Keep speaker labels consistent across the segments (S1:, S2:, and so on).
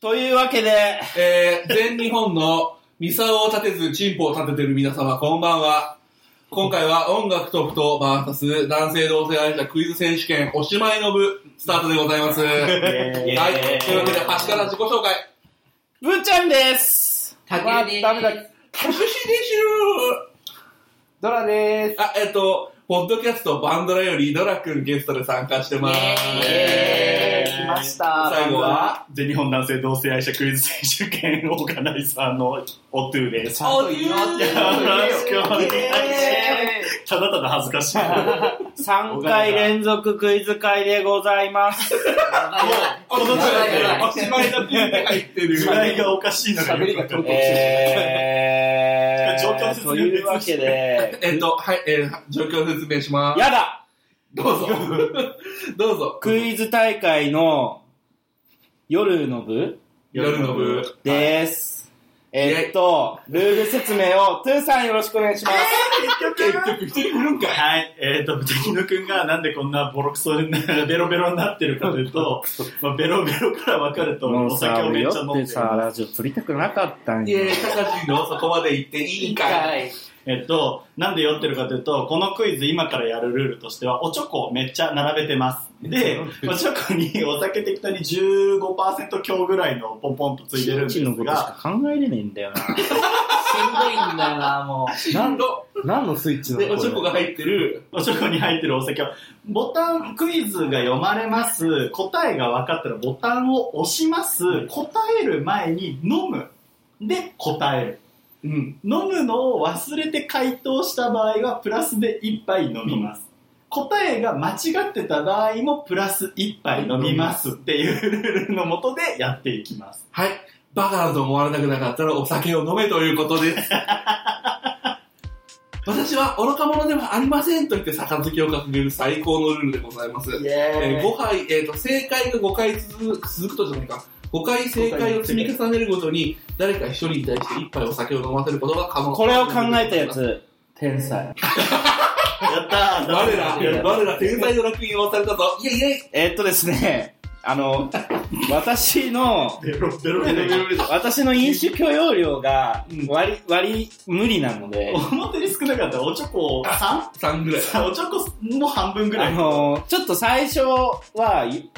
S1: というわけで、
S2: えー、全日本のミサオを立てずチンポを立ててる皆様、こんばんは。今回は音楽と不当 VS 男性同性愛者クイズ選手権おしまいの部スタートでございます。はい。
S1: え
S2: というわけで、端から自己紹介。
S1: ぶーちゃんです
S3: 竹
S4: わ
S3: で
S4: ー
S3: す
S4: ダメだ。
S2: 隠しでし
S4: ドラでー
S2: ゅーあ、えっと、ポッドキャストバンドラよりドラ君ゲストで参加してます。
S4: す。
S3: え
S4: え
S3: ー
S4: ー、来ました。
S2: 最後は、
S5: 全日本男性同性愛者クイズ選手権オーガナイザーのオトゥーです。よ
S2: おゆ
S5: ろしくお願いし
S4: え
S5: ます。ただただ恥ずかしい。
S1: !3 回連続クイズ会でございます。
S2: おしま
S3: やばい
S2: いおしまいのピンが入ってる。
S5: 時代がおかしいのがよかった。
S1: え
S5: 状況説明
S1: というわけ で、
S2: えっと、はい、えー、状況説明します。
S1: やだ
S2: どうぞ。 どうぞ。
S1: クイズ大会の夜の部
S2: 夜の部。
S1: です。えっと、ルール説明を、トゥーさんよろしくお願いします。
S2: 結局、一人来るんかい。
S5: はい。えっ、と、敵のくんがなんでこんなボロクソに、ベロベロになってるかというと、まあ、ベロベロから分かると、
S1: も
S5: お
S1: うさ、
S5: 酒を
S1: 俺
S5: めっ
S1: よ
S5: ちゃ飲ん
S1: っ
S5: で
S1: て
S5: る。
S1: さ、ラジオ撮りたくなかったん
S2: い
S1: よ。
S2: え、高橋のそこまで行っていいんかい。
S3: い。
S5: えっと、なんで酔ってるかというと、このクイズ今からやるルールとしては、おチョコをめっちゃ並べてます。で、おチョコに お酒適当に15%強ぐらいのポンポンとついてるんです
S1: チンのことし
S5: が、
S1: か考えれねえんだよ
S3: しんどいんだな、もう。
S1: な。なん
S2: ど
S1: 何のスイッチなの
S2: で、おちょこが入ってる。
S5: おチョコに入ってるお酒は、ボタン、クイズが読まれます。答えが分かったらボタンを押します。答える前に飲む。で、答える。
S2: うん。
S5: 飲むのを忘れて回答した場合はプラスで1杯飲みます、答えが間違ってた場合もプラス1杯飲みますっていうルールのもとでやっていきます
S2: はい。バカだと思われたくなかったらお酒を飲めということです。 私は愚か者ではありませんと言って杯を掲げる最高のルールでございます。えー、5杯、えっ、と、正解が5回続く続くとじゃないか。5回正解を積み重ねるごとに、誰か一人に対して1杯お酒を飲ませることが可能。
S1: これを考えたや。つ、天才。
S5: やったー
S2: 我ら、我ら天才の楽園をされたぞ。イェイイェイ
S1: えーっとですね、あの、私の、
S5: ベロベロベロベロ
S1: 私の飲酒許容量が
S2: うん
S1: 割り、割り、無理なので、
S5: 表に少なかったらおちょこ 3?
S2: 3ぐらい。
S5: おちょこも半分ぐら
S1: あ
S5: い
S1: の、ちょっと最初は、い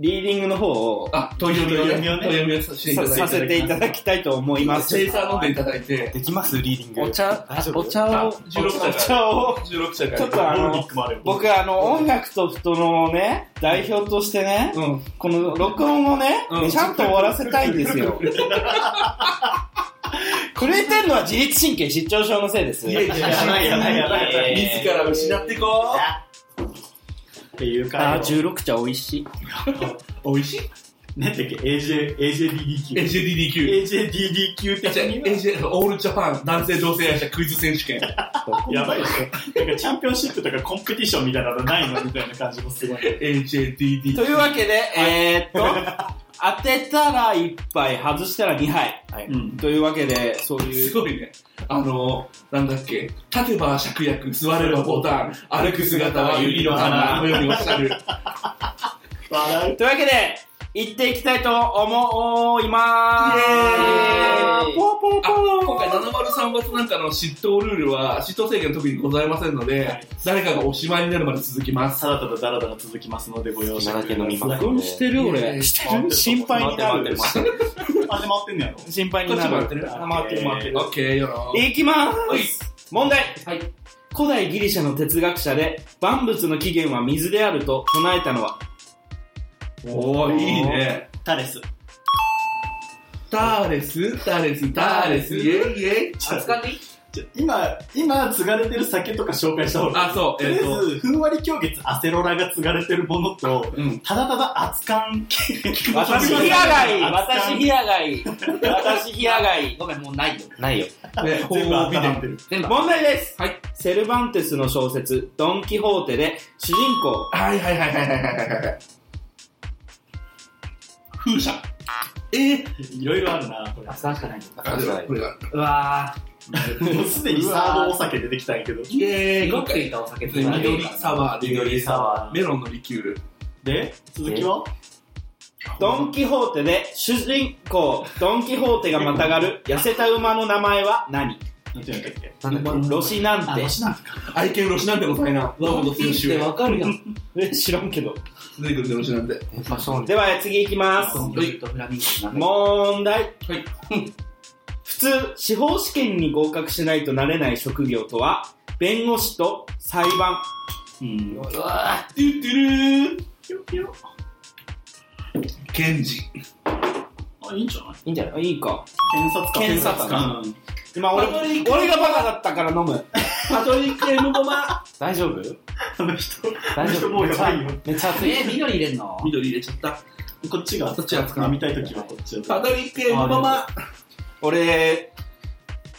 S1: リーディングの方を
S2: あ、問い読みをね、問い
S5: 問い読みをね
S2: 読みをさせていた
S1: さ
S2: だいて。
S1: させていただきたいと思います。
S2: 生産飲んでいただいて、
S4: できますリーディング。
S1: お茶
S4: 大丈、夫
S1: お茶
S2: あ
S1: を、
S2: 16
S1: お茶を、
S2: 16社から。
S1: ちょっとあ
S5: ボ
S1: の
S5: ルビックもある
S1: 僕あの、音楽と布団のね、代表としてね、
S2: うん。
S1: この録音をね、
S2: うん
S1: ちゃんと終わらせたいんです よ。震えてるのは自律神経失調症のせいです。
S2: いやいや
S5: やばいやばいやばい
S2: 自ら失ってこ
S5: っていう
S1: あ
S5: か
S1: ー、16茶美味しい。
S2: う。美味しい
S5: 何だっけ AJ AJDDQ
S2: ?AJDDQ。
S5: AJDDQ 的には
S2: AJ、オールジャパン男性女性愛者クイズ選手権。
S5: やばいでしょ。なんかチャンピオンシップとかコンペティションみたいなのないのみたいな感じもすごい。
S2: AJDD。
S1: というわけで、 えー、っと、当てたら1杯、外したら2杯。
S5: うん。
S1: というわけで、そうい
S2: す
S1: う。
S2: ごいね。あの、なんだっけ、立てば芍薬、座ればボタン、歩く姿は指の花、このようにおっしゃる。
S5: 笑
S1: というわけで、行っていきたいと思いま
S3: イエー
S1: ー
S3: イ
S1: す。ポーポー
S2: あ
S1: ポ
S2: 今
S1: ー
S2: 回703罰なんかの執刀ルールは、執刀制限特にございませんので、
S5: はい
S2: 誰かがおしまいになるまで続きま
S5: う
S2: す。
S5: ただただだらだら続きますのでご容赦
S4: 今だけ飲みます
S5: ください
S1: 録音してる
S2: いやい
S1: 俺。
S2: や
S1: して
S5: 回って
S1: る
S5: る
S1: 心配になる。
S5: あ、で回ってんのやろ
S1: 心配
S2: こ
S1: に
S2: っち
S1: な
S2: 回
S1: る
S2: って。る
S5: あ
S2: 回ってる回ってる。オッケーよろ。
S1: いきま
S2: は
S1: ー
S2: い
S1: す問題
S2: はい
S1: 古代ギリシャの哲学者で万物の起源は水であると唱えたのは
S2: おー、いいね。
S5: タレス。
S2: ターレス、ターレス、ターレス、イェイイェイ。
S3: 扱っていい
S5: ちょ今、今、継がれてる酒とか紹介した方がいい。
S2: あ、そう、
S5: とり
S2: えっ
S5: あえ
S2: と、
S5: ず、ふんわり狂月アセロラが継がれてるものと、
S2: うん。
S5: ただただ熱燗。
S1: 私
S5: ひ
S1: 平
S5: らが
S1: 貝
S5: い
S1: 私平貝 私平 貝
S3: ごめん、もうないよ。
S4: ないよ。
S2: ね、
S5: 全部温
S2: 褒美
S5: まっ
S2: 伝
S5: てる。
S3: 全部。
S1: 問題です、
S2: はい
S1: セルバンテスの小説「ドン・キホーテ」で主人公
S2: はいはいはいはいはいはいはい。風車。えー、
S5: いろいろあるな、これ。
S3: 扱うしかない。
S2: あ、でもこれが。
S3: うわ
S5: もうすでにサードお酒出てきたんやけど。
S2: イェ
S3: ぁ。
S2: ーイ、
S3: 濁
S2: 今
S3: ってい
S2: 回、
S3: たお酒と
S2: 緑サワーで、
S5: 緑サワー
S2: メロンのリキュール。
S5: で、続きは
S1: ドン・キホーテで主人公ドン・キホーテがまたがる痩せた馬の名前は何
S5: なんていうんだっけ
S1: ロシなんて
S3: あ
S5: 私なんか
S2: 愛犬ロシなんてございな。ラボの選
S3: ピーって
S2: 手。
S3: わかるやん。
S1: え知らんけど
S2: 出てくるぜ、ロシなんて。
S3: あ、そうね。
S1: では次いきます
S3: とフラミンゴの名前
S1: 問題
S2: はい
S1: 普通司法試験に合格しないとなれない職業とは弁護士と裁判
S5: うん
S3: うわ
S2: トゥットゥルー。ケンジ。
S5: あいいんじゃない
S3: いいんじゃない
S1: あいいか
S5: 検察官
S1: 検察官
S5: うん
S1: 今俺
S2: あまり
S1: 俺がバカだったから飲 む
S2: パトリック・エムボマ。
S3: 大丈夫
S5: あの人あ
S3: 大
S5: の
S3: 丈
S5: 人
S3: 夫
S5: もうやばいよ
S3: めっちゃ熱い。え、緑入れんの
S2: 緑入れちゃった。
S5: こっちが
S2: こっちが熱くなる
S5: 飲みたい時はこっち
S2: パ
S5: だ
S2: トリック・エムボマ。
S1: 俺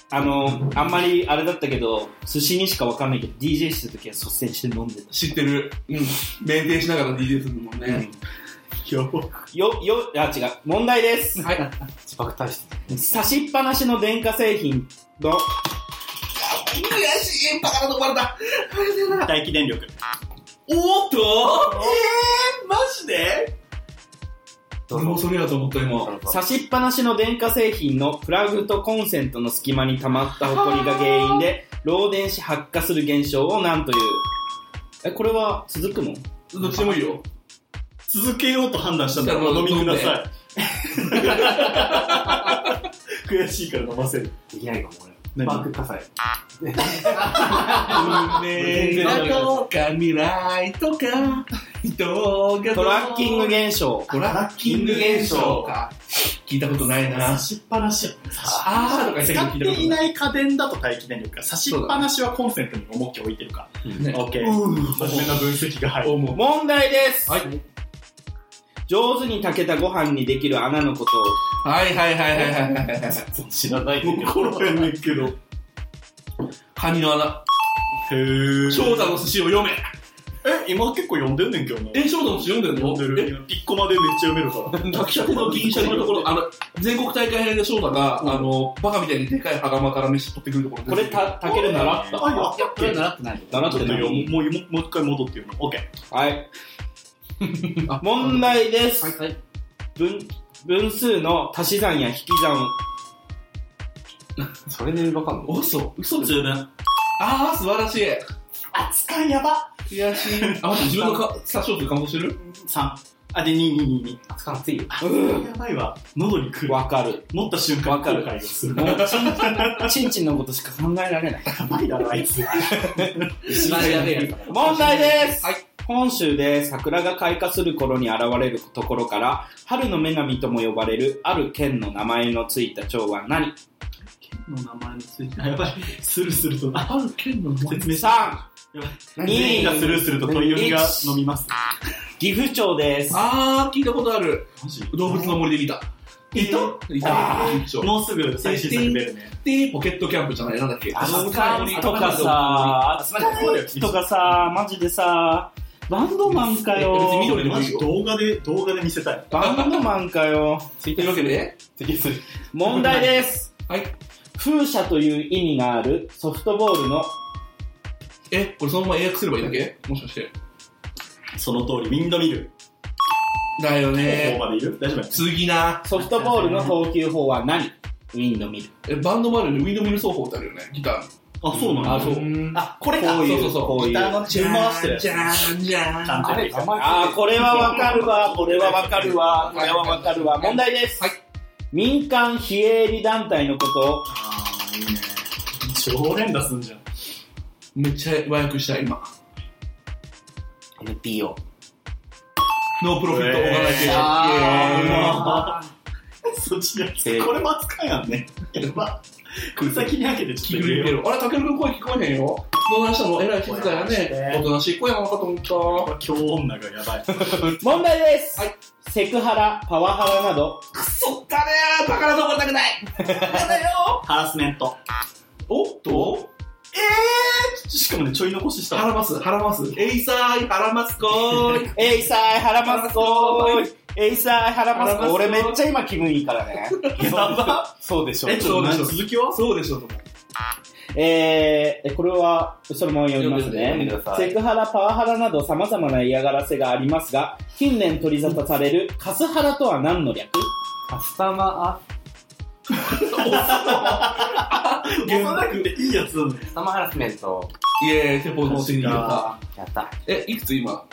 S1: あのあんまりあれだったけど寿司にしかわかんないけど DJ してる時は率先して飲んでた
S2: 知ってる。うん。酩酊しながら DJ するもんね。
S5: 今日
S1: よよあ違う問題です
S2: はい。
S3: 自爆対して
S1: 刺しっぱなしの電化製品の
S2: 悔しい。バカなとこバレた。
S5: 大気電力
S2: おーっと
S5: えマジで
S3: ど
S2: 俺も
S3: うぞ。
S2: それやと思った、今。
S1: 差しっぱなしの電化製品のプラグとコンセントの隙間に溜まったホコリが原因で漏電し発火する現象を何というえこれは続くの
S2: どっちでもいいよ。
S5: 続けようと判断したんだ
S2: じゃあ
S5: ら飲み
S2: 飲ん
S5: く
S2: で
S5: ださい悔しいから飲ませる
S3: できないかも、俺。
S5: 何
S3: バック火災。
S2: 運命の未来とか、人が
S1: トラッキング現象
S2: トラッキング現象か。聞いたことないな。
S5: 差
S2: あ
S5: しっぱなし差し
S2: ーとか言って
S5: 使っ
S2: 聞いた
S5: て
S2: こと
S5: い
S2: ない。
S5: ない家電だと待機電力か差しっぱなしはコンセントに重きを置いてるか、
S2: ね
S5: OK
S2: う
S5: 真面目な分析が入 る
S2: 思う。
S1: 問題です、
S2: はい
S1: 上手に炊けたご飯にできる穴のことを
S2: はいはいはいはいはいはいはい。
S5: 知らないもうこれねんけどへ
S2: カニの穴。
S5: え
S2: 翔太の寿司を読め。
S5: え今結構読んでんねんけどな
S2: え、翔太の寿司読んでんの
S5: 読んでるピッコマでめっちゃ読めるから
S2: え学者手の銀シャリのところ、あの、全国大会編で翔太が、あの、バカみたいにでかい羽釜から飯取ってくるところ
S1: これた炊ける習っ
S5: あや
S1: た
S5: ったっ
S3: これ
S5: け
S3: 習ってない
S1: 習っ
S5: ちょ
S1: て
S5: っと
S1: な
S5: よも
S1: いう
S5: もうもう一回戻って読む OK
S1: はい
S2: あ
S1: 問題です、
S3: はいはい。
S1: 分分数の足し算や引き算
S3: それでわかんの
S2: おそ。嘘です。
S5: 十分
S2: あー、素晴らしい。
S5: 扱いやば
S2: 悔しい。あ、待って、自分のか、さ、翔太感動してる
S5: 3あで2222
S3: 熱か熱いよ。
S5: やばいわ喉にくる
S1: わか る
S5: 持った瞬間
S1: わかる
S5: 後悔をする
S1: もうちんちんちんのことしか考えら れない
S5: やばいだろあいつ
S3: 一番やべえやつだから。
S1: 問題です、
S2: はい
S1: 本州で桜が開花する頃に現れるところから春の女神とも呼ばれるある県の名前のついた蝶は何
S2: の名前のついて
S5: あやばいスルスルとあ
S2: ある県の名前
S5: 説明した
S1: 3
S5: 全員がスルーすると鳥読みが
S1: 一
S5: 飲みます
S1: 岐阜町です
S2: あー、聞いたことある。
S5: マジ
S2: 動物の森で見た。
S5: いた
S2: い
S5: あ
S2: た。一緒。
S5: もうすぐ最新作出るね
S2: で、ポケットキャンプじゃない、なんだっけ。
S1: あ
S5: の
S1: スカンとかさあスカンとかさマジでさバンドマンか
S2: 別に
S1: よ
S2: 緑でも
S5: マ
S2: いい
S5: ジ
S2: よ。
S5: 動画で動画で見せたい
S1: バンドマンかよ
S2: というわけで、
S1: 問題です
S2: はい
S1: 風車という意味があるソフトボールの
S2: え、これそのまま英訳すればいいだけもしかして。
S5: その通りウィンドミル
S2: だよ
S5: 方
S2: ね。
S5: までいる大丈夫
S2: 次な。
S1: ソフトボールの投球法は何ウィンドミル
S2: え、バンドもあるよね。ウィンドミル奏法ってあるよね。ギター。
S5: あそうなんだ
S1: あそう
S5: あこれ
S1: こう
S5: か
S1: いう
S2: そうそうそう
S1: こういう
S5: ギターの順回してるやつ
S2: じゃーん、じゃ
S5: ちゃ
S2: ーん。
S5: んと
S3: あれ、名前
S1: ああ、これはわかるわ、これはわかるわ、これはわかるわ。問題です。
S2: はい
S1: 民間非営利団体のことを、
S5: あーいいね超連打すんじゃん
S2: めっちゃ和訳した、今。
S3: NPO。
S2: ノープロフィットオーガナイゼーション
S3: あー
S2: イエーイ
S5: あそっちのやつ、これも扱いやんね。やば。これ先に開けて
S2: 聞
S5: ち
S2: い
S5: ょっ
S2: くれ
S5: てと
S2: る
S5: よ
S2: けど、あれ、たけるくん声聞こえへんよ。どないしたのえらい静かやね。おとなしい声なのかと思っ
S5: う。今日女がやばい。
S1: 問題です
S2: は。
S1: セクハラ、パワハラなど、
S2: た。くそったねーバカなと思いたくないやだよ
S5: ハラスメント。
S2: おっと
S5: しかもね、ちょい残しした
S2: 腹
S5: わ。
S2: ます、腹ます。えいさーい、腹ますこーい。
S1: エイサーハラマスコーイエイサーハラマスコ
S2: ハラマスコーイ
S1: 俺めっちゃ今気分いいからね。
S5: やば。
S1: そうでし
S5: え、ちょっと待って続きは
S2: そうでしょ、と思う。
S1: えー、これは、そのまま読みます
S2: 読んで
S1: ね
S2: くだ。さい
S1: セクハラ、パワハラなど様々な嫌がらせがありますが、近年取り沙汰されるカスハラとは何の略
S3: カスタマー、
S5: 消さなくていいやつなの
S3: カスタマーハラスメント。
S2: イエーイ、テポの死に方。
S3: やった。
S2: え、いくつ今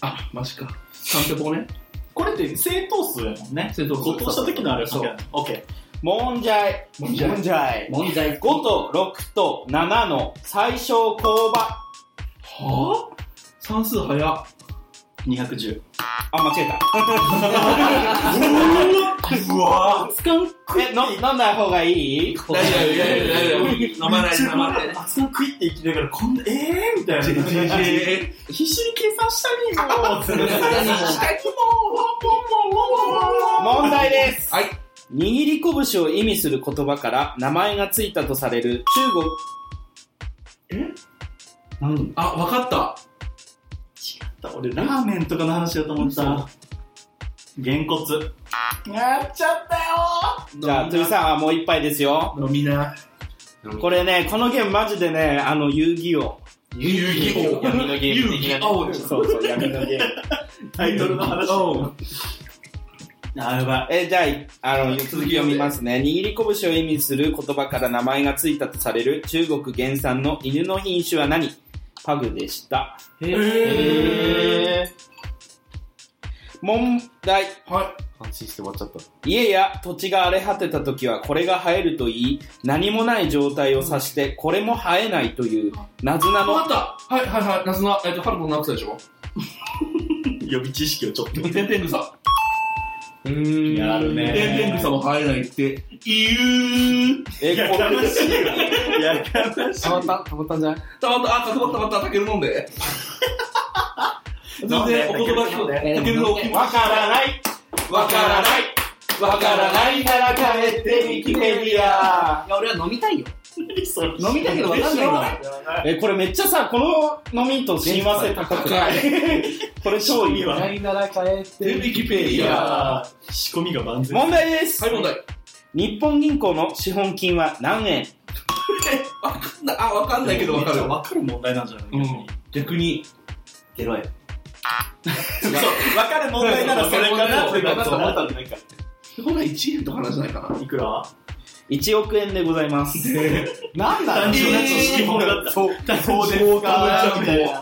S2: あ、マジか。三テポね。
S5: これって正当数やもんね。
S2: 正当数
S5: 誤答した時のあれは
S2: そう
S5: 関係ない。オッケ
S1: もんじゃい。
S2: もんじゃい
S1: んじゃい。
S3: 問題
S1: 5と6と7の最小公場。
S2: はぁ算数早っ。
S5: ー。210。
S1: あ、間違えた。
S5: うわ
S1: つかんえ、の飲んだ方がいい
S2: 大丈夫、大丈夫、大丈夫。飲まない、
S5: めっちゃ
S2: 飲まない。
S5: あそこ食いって生きながら、こんな、えーみたいな。
S2: ジェジェジ
S5: 必
S2: ェ
S5: 死に計算したにも。下にも、
S1: 問題です。
S2: はい。
S1: 握り拳を意味する言葉から名前がついたとされる中国。
S3: 何
S2: あ、わかった。
S5: 俺、ラーメンとかの話だと思った。げんこつ。やっちゃったよ
S1: じゃあ、鳥さんはもう一杯ですよ。
S2: 飲みな。
S1: これね、このゲームマジでね、あの、遊戯王。
S2: 遊戯王。
S3: 闇のゲーム
S2: 遊
S3: 的な
S2: 戯
S3: ね
S2: 王。
S1: そうそう、闇のゲーム。
S5: タイトルの話。あ、やばい。
S1: え、じゃあ、あの、続き読みますね。握り拳を意味する言葉から名前がついたとされる中国原産の犬の品種は何パグでした。
S3: え
S2: へ
S1: 問題。
S2: は。
S3: 安心して終わっちゃった。
S1: 家や土地が荒れ果てた時はこれが生えると言い、何もない状態を指してこれも生えないという、なずない
S2: わ
S1: の
S2: かった。はい、はい、はい。夏の、えっと、春子の夏でしょ
S5: 予備知識をちょっと。
S2: 天天草。
S3: うーん。
S5: やるね
S2: 天天草も生えないって、言う。
S1: え
S5: や
S1: こ
S5: かましいわ。やかましい
S3: た。まったたまったんじゃない
S2: たまった、あ、たまった、たまった、たける飲んで。 全然お言葉聞こえたけるの大きい。
S1: わからない
S2: わからない。わからない。
S1: いなら帰ってウィキペディア
S3: いや、俺は飲みたいよ。
S5: 飲
S3: 飲みたいけどわかんないから。
S1: え、これめっちゃさ、この飲みと親和性高くない これ超いいわ。
S3: ないなら帰っ
S2: テレビキペデ
S5: い
S2: ィア。
S5: やー、仕込みが万全。
S1: 問題です、
S2: はい、問題。
S1: 日本銀行の資本金は何円
S2: わかんない。あ、わかんないけどわかる。
S5: わかる問題なんじゃない
S2: うん。逆に。
S3: てろよ。
S5: そう、わかる問題ならそれかなってなっちゃったんないか。
S2: ほら、1円とかなんじゃないかな。
S5: いくら
S1: ?1 億円でございます。
S3: なんだ
S5: 単純な知識問だった。そう、そうですかみたいな。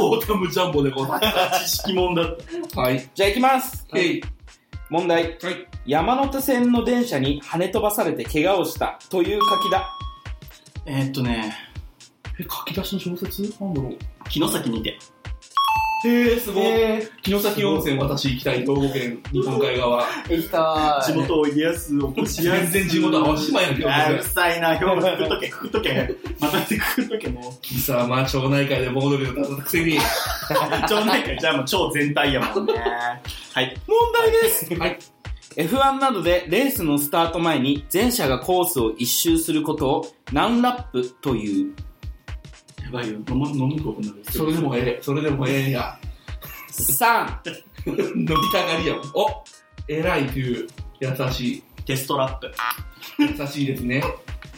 S2: オータムジャンボでございま
S5: 知識問だった。
S2: す。はい。
S1: じゃあ行きます。
S2: えい。
S1: 問題。
S2: はい。
S1: 山手線の電車に跳ね飛ばされて怪我をしたという書きだ。
S5: えーっとね、
S2: え、書き出しの小説なんだろう。
S5: 城崎にて。
S2: へえ、すごい。
S3: え
S2: 城崎温泉私行きたい、兵庫県日本海側。
S3: ー、行きた
S5: 地元を癒やす、おこしや
S2: 全
S5: す。
S2: 然地元はおしまいなんだけど
S5: あーうるさいな、今日もくっとけ、くっとけ。またくっとけ、もう。
S2: 貴様、町内会で盆踊りを歌ったくせに。
S5: 町内会、じゃあもう超全体やも んね。はい。
S1: 問題です
S2: はい。
S1: F1 などでレースのスタート前に全車がコースを一周することを何ラップという。
S5: やばいよ、飲む、飲むことになる。
S2: それでもええ、それでもええんや。
S1: 3、
S2: 飲みたがりやもん。お偉いという、優しい。
S5: テストラップ。
S2: 優しいですね。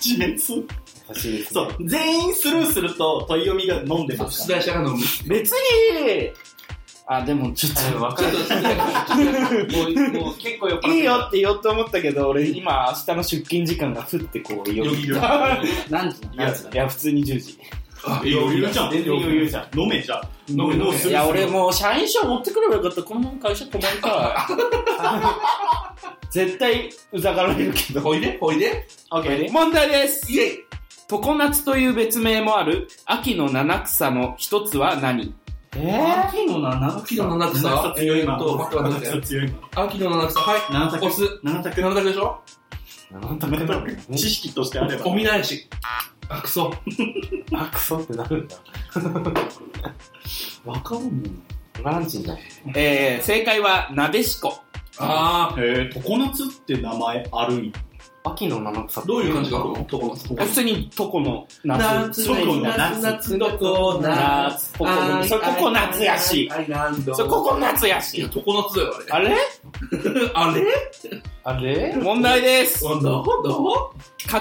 S5: 自滅。
S3: 優しいですね
S5: そう、全員スルーすると、問い読みが飲んでます
S2: 出
S5: から。
S2: 題者が飲む。
S1: 別にあ、でもちょっ
S3: あでもわか
S2: ちょっ
S3: る
S2: と出題者が、もう、もう結構酔っ払
S1: と、いいよって言おうと思ったけど、俺今明日の出勤時間がふってこう、よ
S2: 余
S1: ぎ
S2: 裕
S1: る。
S3: 何時ない
S1: や、いや普通に10時。
S2: あ
S5: 余裕じゃん、全然余裕じゃん。飲めじゃん。
S2: 飲む飲む
S1: いや、俺もう社員証持ってくればよかった。このまま会社泊まりた い。絶対うざがられるけど。
S2: ほいで、ほいで。
S5: OK。
S1: 問題です。
S2: イェイ
S1: 常夏という別名もある秋の七草の一つは何
S3: えー、秋の七
S2: 秋の七
S5: 7
S2: 草
S5: つ。強い
S2: え
S5: 今。
S2: ーと、待って待って待
S5: 7
S2: っ
S5: つ強い今。
S2: て。秋の七草。はい。
S5: 7択
S2: お酢。
S5: 7択。
S2: 七択でしょ
S3: なんだ
S5: 7択。知識としてあれば。
S2: お見ないし。あ、くそ。
S3: あ、クソってなるんだ。
S5: 若者
S3: ランチになる。
S1: えー、正解は、なでしこ。
S2: あ
S5: へえ、常夏って名前あるんや。
S3: 秋の七草
S2: どういう感じがあるのとこのとこ
S1: 普通にとこの夏
S2: 夏、夏、夏、どこ、夏。
S1: 夏ココそれココナツやし
S2: アイランド。
S1: それココナツや
S2: いや、
S1: し
S2: 常夏だよ、あ
S1: あれ
S2: れ。あれ
S3: あれ
S1: 問題です
S2: なんだど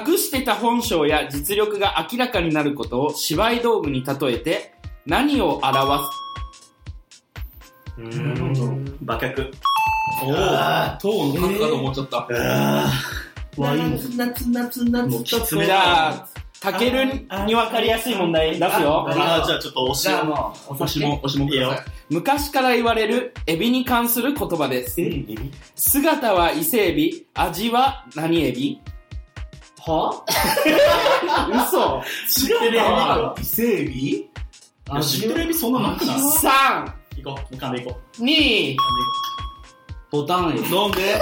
S1: 隠してた本性や実力が明らかになることを芝居道具に例えて何を表
S3: う
S5: なるほど馬脚
S2: おお
S5: あ
S2: とうの夏かと思っちゃった。
S5: あ
S2: ワイン。夏、夏、夏、
S5: もうきつめ
S1: すじゃあたけるに分かりやすい問題出すよ
S5: ああじゃあちょっとお
S2: じゃあ
S5: 塩
S2: もう、おしも、おしもください。
S1: 昔から言われるエビに関する言葉です
S3: えエビ
S1: 姿は伊勢エビ味は何エビは嘘
S5: 知ってるエビ
S2: あ、伊勢エビ
S5: いや知ってるエビそんななくない
S1: 三
S5: 行こう、浮かんでいこ
S1: 二ボタンよ
S2: 飲んで、飲んで、飲んで。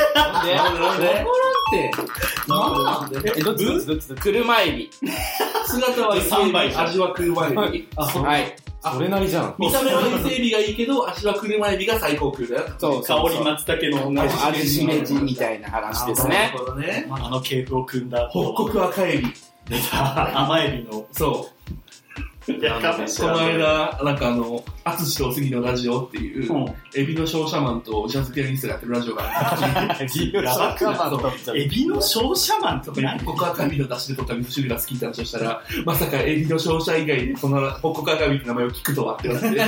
S5: なん
S2: で
S1: えどっちどっちどっち車エビ
S2: 姿は伊勢エ
S5: 三
S2: ビ、
S5: 倍じゃん
S2: 味は車エビ。
S1: はい
S3: それなりじゃん
S2: 見た目は伊勢エビがいいけど、味は車エビが最高級だよ。
S1: そう
S5: う。
S1: そう
S5: 香
S1: そ
S5: り
S1: う
S5: 松茸
S1: も
S5: の
S1: う
S5: 同じ
S1: 味しめじみたいな話です
S2: な
S1: ね
S2: るほどね。
S5: あの系譜を組んだ。
S2: 北国赤エビ。
S5: 出た。甘エビの。
S2: そう。
S5: いや、かもし
S2: こ
S5: れ
S2: の
S5: ない。
S2: 間、なんかあの、あつしとおすぎのラジオっていうう、
S5: ん
S2: エビの商社マンとジャズピアニストがやってるラジオがある。
S5: やばくないエビの商社マンって何
S2: 北国赤エビの出汁で取った味噌汁が好きって話をしたら、まさかエビの商社以外でこの北国赤エビって名前を聞くとはって言われ て、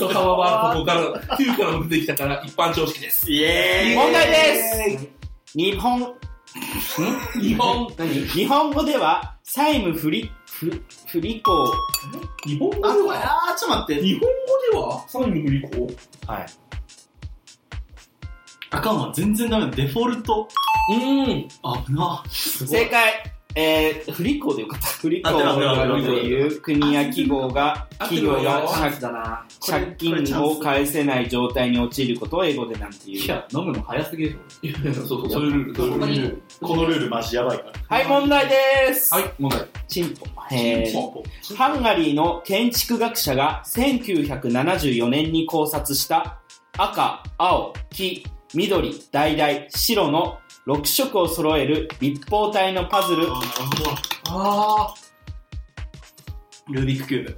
S2: そう、川はここから、旧からも出てきたから一般常識です。
S5: イエ
S1: 問題です日本
S2: 日本、
S1: 何日本語では債務不履不不履行
S2: 日本語で
S5: あこれ
S2: は
S5: あー、ちょっと待って。
S2: 日本語では債務不履行
S3: はい
S5: あかんわ、全然ダメだ。デフォルト。
S2: うん。
S5: 危な。
S1: 正解えー、不履行でよかった。不履行という国や企業が、企業が借
S4: だな。
S1: 借金を返せない状態に陥ることを英語でなんていう。
S4: や、飲むの早すぎる
S2: いやいや、 そうそう、そういうルール、そういうル
S4: こ
S2: ール。
S4: に、
S5: このルールマジやばいから。
S1: はい、問題です。
S2: はい、問題。
S1: チンポ。えー
S2: そう
S1: ハンガリーの建築学者が1974年に考察した赤、青、黄、緑、橙、白の6色を揃える立方体のパズル。
S5: あー、なるほ
S2: あ
S5: ど。ルービックキューブ。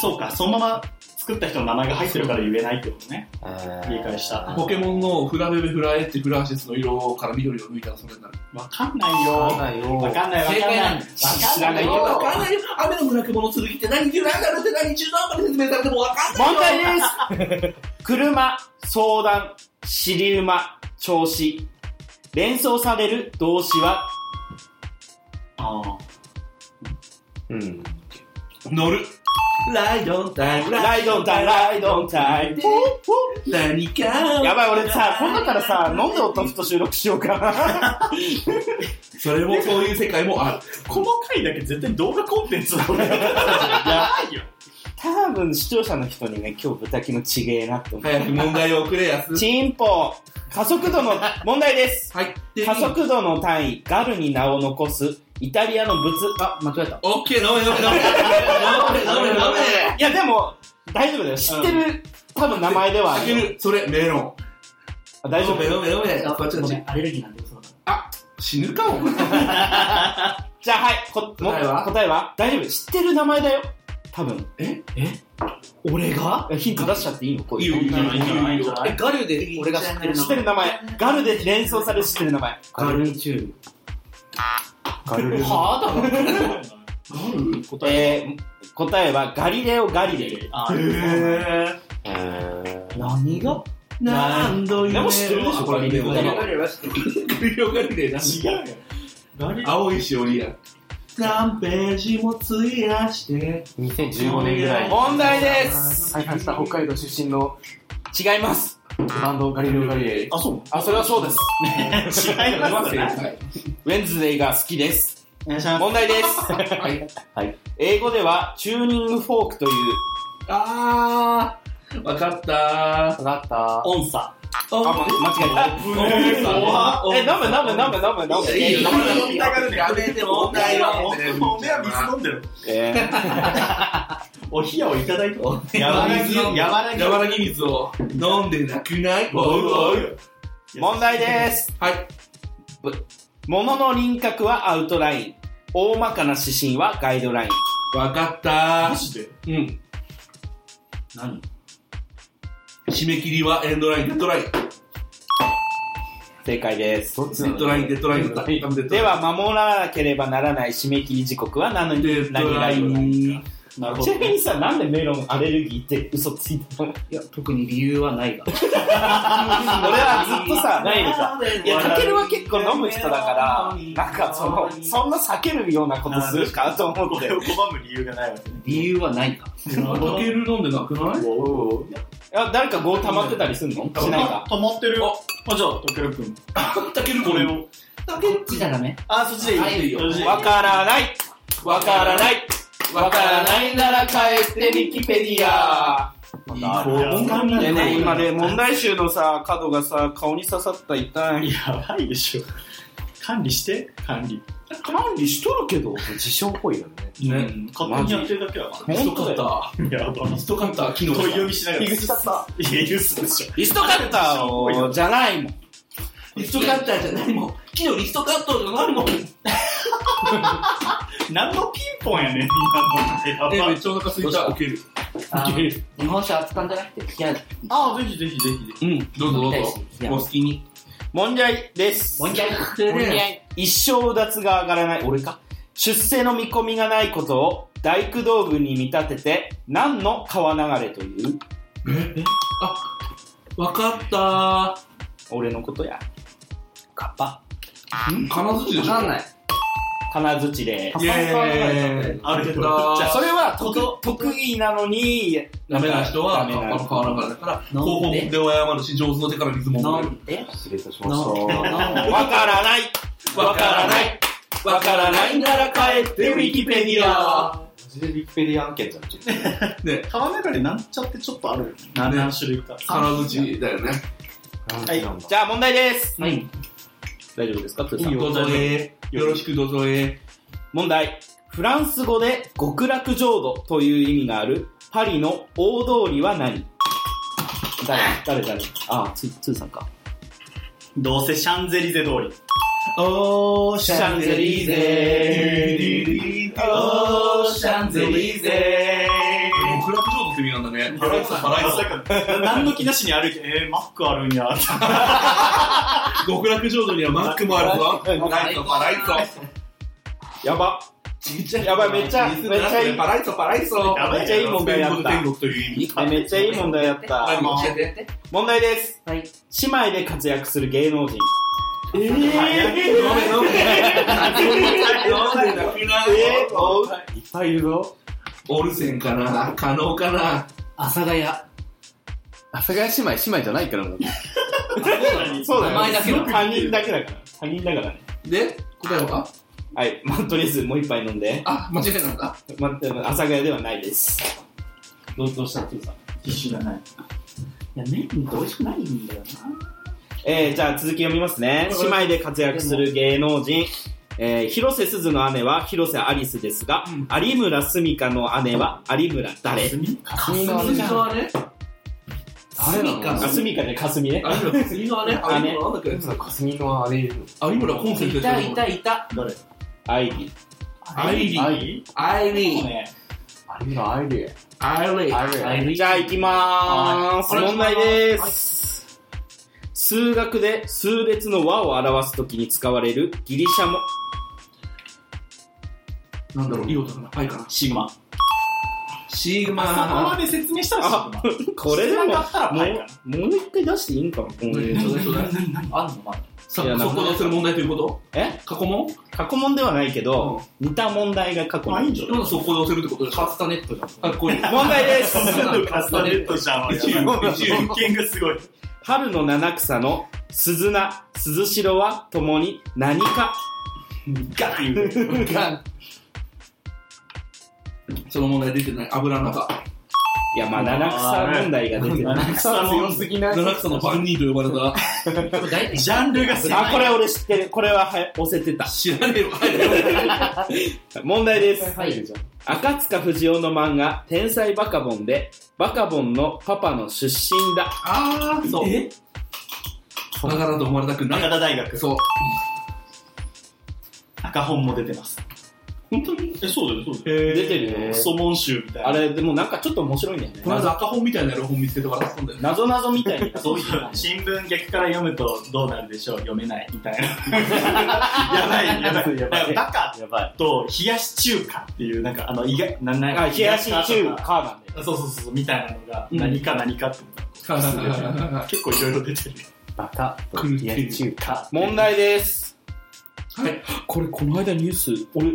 S5: そうか、そのまま作った人の名前が入ってるから言えないってことね。理解した
S2: あ、ポケモンのフラベベフラエってフランシスの色から緑を抜いたらそれになる。
S5: わかんないよ。
S3: わ
S5: わ
S3: かんないよ
S5: かんない、わかん
S4: 正解
S5: な
S4: なん
S5: い
S4: で。
S1: 知らないよ
S2: わかんないよ。雨の村雲の剣って何十何あるって何十何まで説明されてもわかんない
S1: 問題です車、相談、尻馬、調子。連想される動詞は、
S5: あー
S3: うん
S2: 乗る。ライドンタイム、
S1: ライドンタイム、ライドンタイム。
S2: 何か。
S1: やばい、俺さ、今度からさ、飲んでおとふと収録しようかな。
S2: それもそういう世界もある。
S5: この回だけ絶対動画コンテンツ だこれやばいよ。
S1: 多分視聴者の人にね、今日豚キのちげえなって思う。
S2: 早く問題をくれやす。
S1: チンポ、加速度の、問題 です。
S2: はい。
S1: 加速度の単位、ガルに名を残す、イタリアの物、あ、間違えた。
S2: オッケー、飲め飲め飲め。飲め飲め飲め。
S1: いや、でも、大丈夫だよ。知ってる、多分名前ではあ
S2: あげ
S1: るよ。
S2: る。それ、メロン。
S1: あ大丈
S2: 飲め
S1: 夫。
S2: 飲め飲め。こっちこっち
S4: アレルギーなんで、そう
S2: 死ぬか、お前。
S1: じゃあ、はい。こも
S2: 答えは
S1: 答えは大丈夫。知ってる名前だよ。多分。
S4: 俺が
S1: えヒント出しちゃっていいのこう
S2: いい
S1: いう
S2: よ、
S1: の。
S2: いいよ、いいよ、いいよ。
S4: え、ガリュで俺が知ってる
S1: 知ってる名前。ガルで連想される知ってる名前。
S3: ガルニチュールガルニ
S4: は ぁだろ
S2: 答
S1: え
S2: え。
S1: ー、答えはガリレオ・ガリレイ。
S5: あ
S2: へー。
S4: 何が
S2: 何度
S1: でも知ってるでしょ
S2: これ見て
S1: ガリレオガ
S4: リュは知ってる。
S5: 違うよ。誰
S2: 青いしおりや。何ページも費やして。
S3: 2015年ぐらいに
S1: 問題です。
S3: 再販した北海道出身の
S1: 違います。
S3: バンドガリレオ・ガリレイ
S5: あ、そう
S1: あ、それはそうです。
S5: 違いますね。
S1: ウェンズデイが好きです。
S5: お願いします。
S1: 問題です。
S2: はい。
S1: 英語では、チューニングフォークという、
S2: あー、わかった
S3: 分かった
S5: 音差。
S1: あ、ま、間違えた。
S5: 怖っ
S1: え、飲む飲む飲む飲む飲む。
S2: いいよ
S5: やめて問題はおめは水飲んでる。
S1: えー
S5: お冷やをいただいて。や
S2: わ
S5: わ
S2: ら
S5: ら
S2: ぎ
S5: ぎ、
S2: や
S5: やわらぎ。
S2: ー。和らぎ水を飲んでなくないおうおう
S1: 問題です。
S2: はい。
S1: 物の輪郭はアウトライン。大まかな指針はガイドライン。
S2: わかった
S5: マジで
S2: ー。うん。
S1: 何
S2: 締め切りはエンドライン、デッドライン。デ
S1: 正解です。
S3: どっちな
S2: ッ
S3: の
S2: ドライン、デッドライン。多分デッド
S1: で
S2: ライン
S1: は、守らなければならない締め切り時刻は何
S2: デッド
S1: 何
S2: ラ
S1: ライン
S2: イ
S1: か
S2: ン。
S5: なるほ
S1: ち
S5: ど
S1: なみにさ、なんでメロンアレルギーって嘘ついたの
S4: いや、特に理由はないが。
S1: 俺はずっとさ、ないのか。いや、
S4: か
S1: かけるは結構飲む人だから、なんかその、そんな避けるようなことするかと思って。い
S5: 拒む理由がないわけね
S4: 理由はないか。
S2: かける飲んでなくない
S3: おー
S1: や、誰かゴー溜まってたりすんのしないか。
S5: あ止まってるよあじゃあたけるくん
S2: たける
S5: これを
S4: こっちじゃダメ。
S5: あそっちでいい
S4: 入るよ
S5: そっちでいい
S1: わからないわからないわからないなら帰ってウィキペディア
S5: いい
S3: あ
S5: いや
S3: 音感
S1: で
S3: ね
S1: ね、今ね、問題集のさ、角がさ、顔に刺さった痛い。
S5: やばいでしょ管理して管理
S1: 管理しとるけど。
S3: 自称っぽいよね。
S2: ね
S5: うん勝手にやってるだけだか
S2: 一カッター。
S5: らやば
S2: 一カッター、機能
S5: 問い呼びしながら
S1: 口だった。
S5: いや言うすでしょ
S1: リストカッターを、じゃないもん。
S2: リストカッターじゃないもん。昨日リストカッターじゃないもん。
S5: 何のピンポンやねん今の
S2: え、
S5: やば
S2: め
S5: い
S2: っちゃお腹すいた。起きる。
S4: あー日本酒扱うんじゃなくて、冷や
S5: あぜひぜひぜひぜひ
S2: うん。どうぞどうぞ
S4: 飲みたいし。いや
S2: お好きに。
S1: 問題です。
S4: もう一回。
S2: てれや
S1: 一生うだつが上がらない、俺か。出世の見込みがないことを大工道具に見立てて、何の川流れという
S2: わかった
S1: 俺のことや。カッパ。
S2: ー。ん金槌で
S4: わ
S2: しょ
S4: かんない。
S1: 金槌で。
S2: イェーイ。
S5: あるけど
S2: じ
S1: じ
S2: ゃ
S1: ゃあ、
S2: あ、
S1: それは得得意なのに、
S2: ダメな人は、
S1: ダメな
S2: あの、川中だから、
S4: 飲んで
S2: 広報で謝るし、上手の手から水も
S4: 飲
S2: 飲める。。
S4: んで、
S3: 失礼いたし
S4: 飲
S3: ま
S4: んで、
S3: し
S4: 飲ん
S1: わ
S4: で。
S1: からないわからないわからないなら帰ってウィキペディア。
S3: た。マジでビッペリア案件じゃん、うち。
S2: で、
S5: 川流れなんちゃってちょっとあるよね
S2: ね
S5: 何種類か
S2: 金槌だよね。
S3: はい。なんだ
S1: じゃあ問題です。
S4: はい。
S1: 大丈夫ですか、プーさ
S2: どうぞえ。よろしくどうぞえ。
S1: 問題。フランス語で極楽浄土という意味があるパリの大通りは何誰誰誰ああ、つ、つーさんか。
S5: どうせシャンゼリゼ通り
S1: おー、シャンゼリーゼ
S4: おーシャンゼリーゼ
S2: 極楽浄土って意味なんだね。払いそう、払い
S5: ま
S2: そう
S5: さ。か何の気なしに歩いてえーマックあるんや
S2: 極楽浄土にはマックもあるぞ。
S4: ラ
S2: 払
S4: イ
S2: いそ
S4: ト
S2: う、払いそう。
S1: やば。やばい、めっちゃ、めっちゃいい。
S2: パライソパライソ
S5: やばい
S1: めっちゃいい問題やっ
S2: 天
S1: た。
S2: 国という意味
S1: めっちゃいい問題やった。
S2: 何教えて
S4: て。
S1: 問題です。
S4: はい。
S1: 姉妹で活躍する芸能人。えー、
S2: 飲め飲
S1: えー
S2: め飲んでなくなる
S1: おう
S3: いっぱいいるぞ。
S2: オルセンかな可能かな
S4: 阿佐ヶ谷。
S3: 阿佐ヶ谷姉妹、姉妹じゃないからな。
S1: そうだよ。
S4: 名前だけど
S1: 他人だけだから。他人だからね。
S2: で答えは
S1: はい。まあ、とりあえずもう一杯飲んで。
S2: あ間違えたんだ
S1: まあ、でも阿佐ヶ谷ではないです。どうどうしたつーさん。
S5: 必死じゃない
S4: いや、麺って美味しくないんだよ
S1: えー、じゃあ続き読みますね。姉妹で活躍する芸能人。えー、広瀬すずの姉は広瀬アリスですが、
S2: うん
S1: 有村すみかの姉は有村誰
S4: 霞の姉
S2: の姉
S3: 誰なの
S4: か
S1: あ、すみかでかすみね。
S2: 有村霞の姉有村なんだっけ
S3: そのかすみの姉いるの。
S2: 有村コンセント
S4: いたいたいた。
S5: 誰
S1: アイビー。
S2: アイリー
S5: ア
S2: ア
S5: イ
S2: イリ
S5: そ
S2: ー
S5: うね
S3: 有村アイリー。
S2: アイリー
S3: アイリー。
S4: い
S1: じゃあ行きまーす。
S4: はい
S1: 問題です。数学で数列の和を表すときに使われるギリシャも、
S2: なんだろうリオだからパイかな
S5: シグマ
S2: シー
S5: あそこま
S2: マ
S5: で説明したらシグマ
S1: これでも、
S5: 知
S1: も
S5: らなかったらパイか
S1: う、もう一回出していいんかな、この
S2: 何
S1: 映
S2: 何
S1: 像
S2: 何何何
S4: あんのまだ。
S2: さそこのする問題ということ
S1: え
S2: 過去問
S1: 過去問ではないけど、似た問題が過去
S5: あいいん
S1: 問。
S5: じゃ
S2: ま
S5: ない
S2: だ速攻で押せるってことでし
S4: カ
S2: ょ
S4: スタネッ トじゃん。
S2: かっこいい
S1: 問題 です。
S5: カスタネットじゃん
S2: 一流一流
S5: 偏見がすごい
S1: 春の七草の鈴菜、鈴代は共に何か。
S5: ガン言うて
S2: その問題出てない油の中
S1: いや、まあ、七草問題が出てる。
S5: 七草も
S3: すぎな
S2: 七草の番人と呼ばれた
S4: 大体
S5: ジャンルが狭い
S1: あ、これ俺知ってる。これははい押せてた。
S2: 知らねえわ。
S1: 問題です。
S4: はい。
S1: 赤塚不二夫の漫画、天才バカボンで、バカボンのパパの出身だ。
S2: ああ、そう。
S5: え
S2: バカだと思われたくな
S5: 中
S2: い。
S5: 田大学
S2: そう。
S5: 赤本も出てます。本当にえ、そうだよ、そうだよ。
S1: 出てるよ
S5: ク。ソモン集みたいな。
S1: あれ、でもなんかちょっと面白いんだよね。
S2: この間赤本みたいなやる本見つけて笑ったんだよね。
S1: 謎謎みたいな。
S5: そういう新聞逆から読むとどうなるでしょう読めないみたいなやばいやばい
S1: や
S5: や
S1: ば
S5: ば
S1: い
S5: いバカ
S1: やばい。
S5: と冷やし中華っていうなんかあの意外なんな
S1: あ、冷やし中
S5: 華
S1: 華なんで。
S5: そうそうそうみたいなのが
S1: うん
S5: 何か何かって、結構いろいろ出てる
S3: バカ
S2: と冷やし
S3: 中華。
S1: 問題です。
S2: はい。
S1: これ、この間ニュース、俺、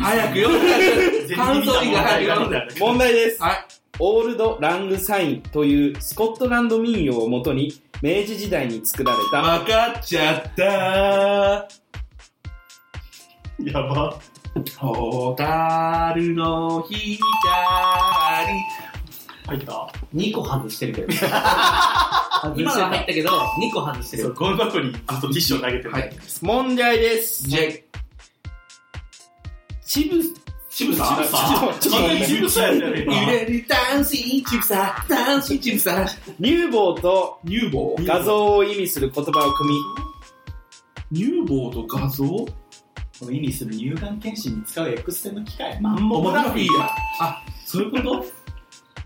S2: 早く読んで感想以外早く読んで。
S1: 問題です。
S2: はい
S1: オールド・ラング・サインというスコットランド民謡をもとに明治時代に作られた
S2: わかっちゃった
S5: やば
S2: ホタルの光
S5: 入った
S4: 2個外してるけど。今のは入ったけど、2個外して
S5: そ
S4: る
S5: う。ゴミ箱にずっとティッシュを投げてる、
S2: はい
S1: 問題です。
S2: ジェ
S1: チブ、
S2: チブ
S5: チ
S2: サ
S5: ブサ
S1: ちょっと待って
S5: チブサやったよね今
S2: 入れる男子チブサ男子チブサ
S1: 乳房と
S2: 乳房
S1: 画像を意味する言葉を組み、
S2: 乳房と画像
S5: この意味する乳がん検診に使う X 線の機械マン
S2: オ
S5: モグ
S2: モグラ
S5: ラフ
S2: フ
S5: ィ
S2: ィ
S5: ー
S2: ーだあそういうこと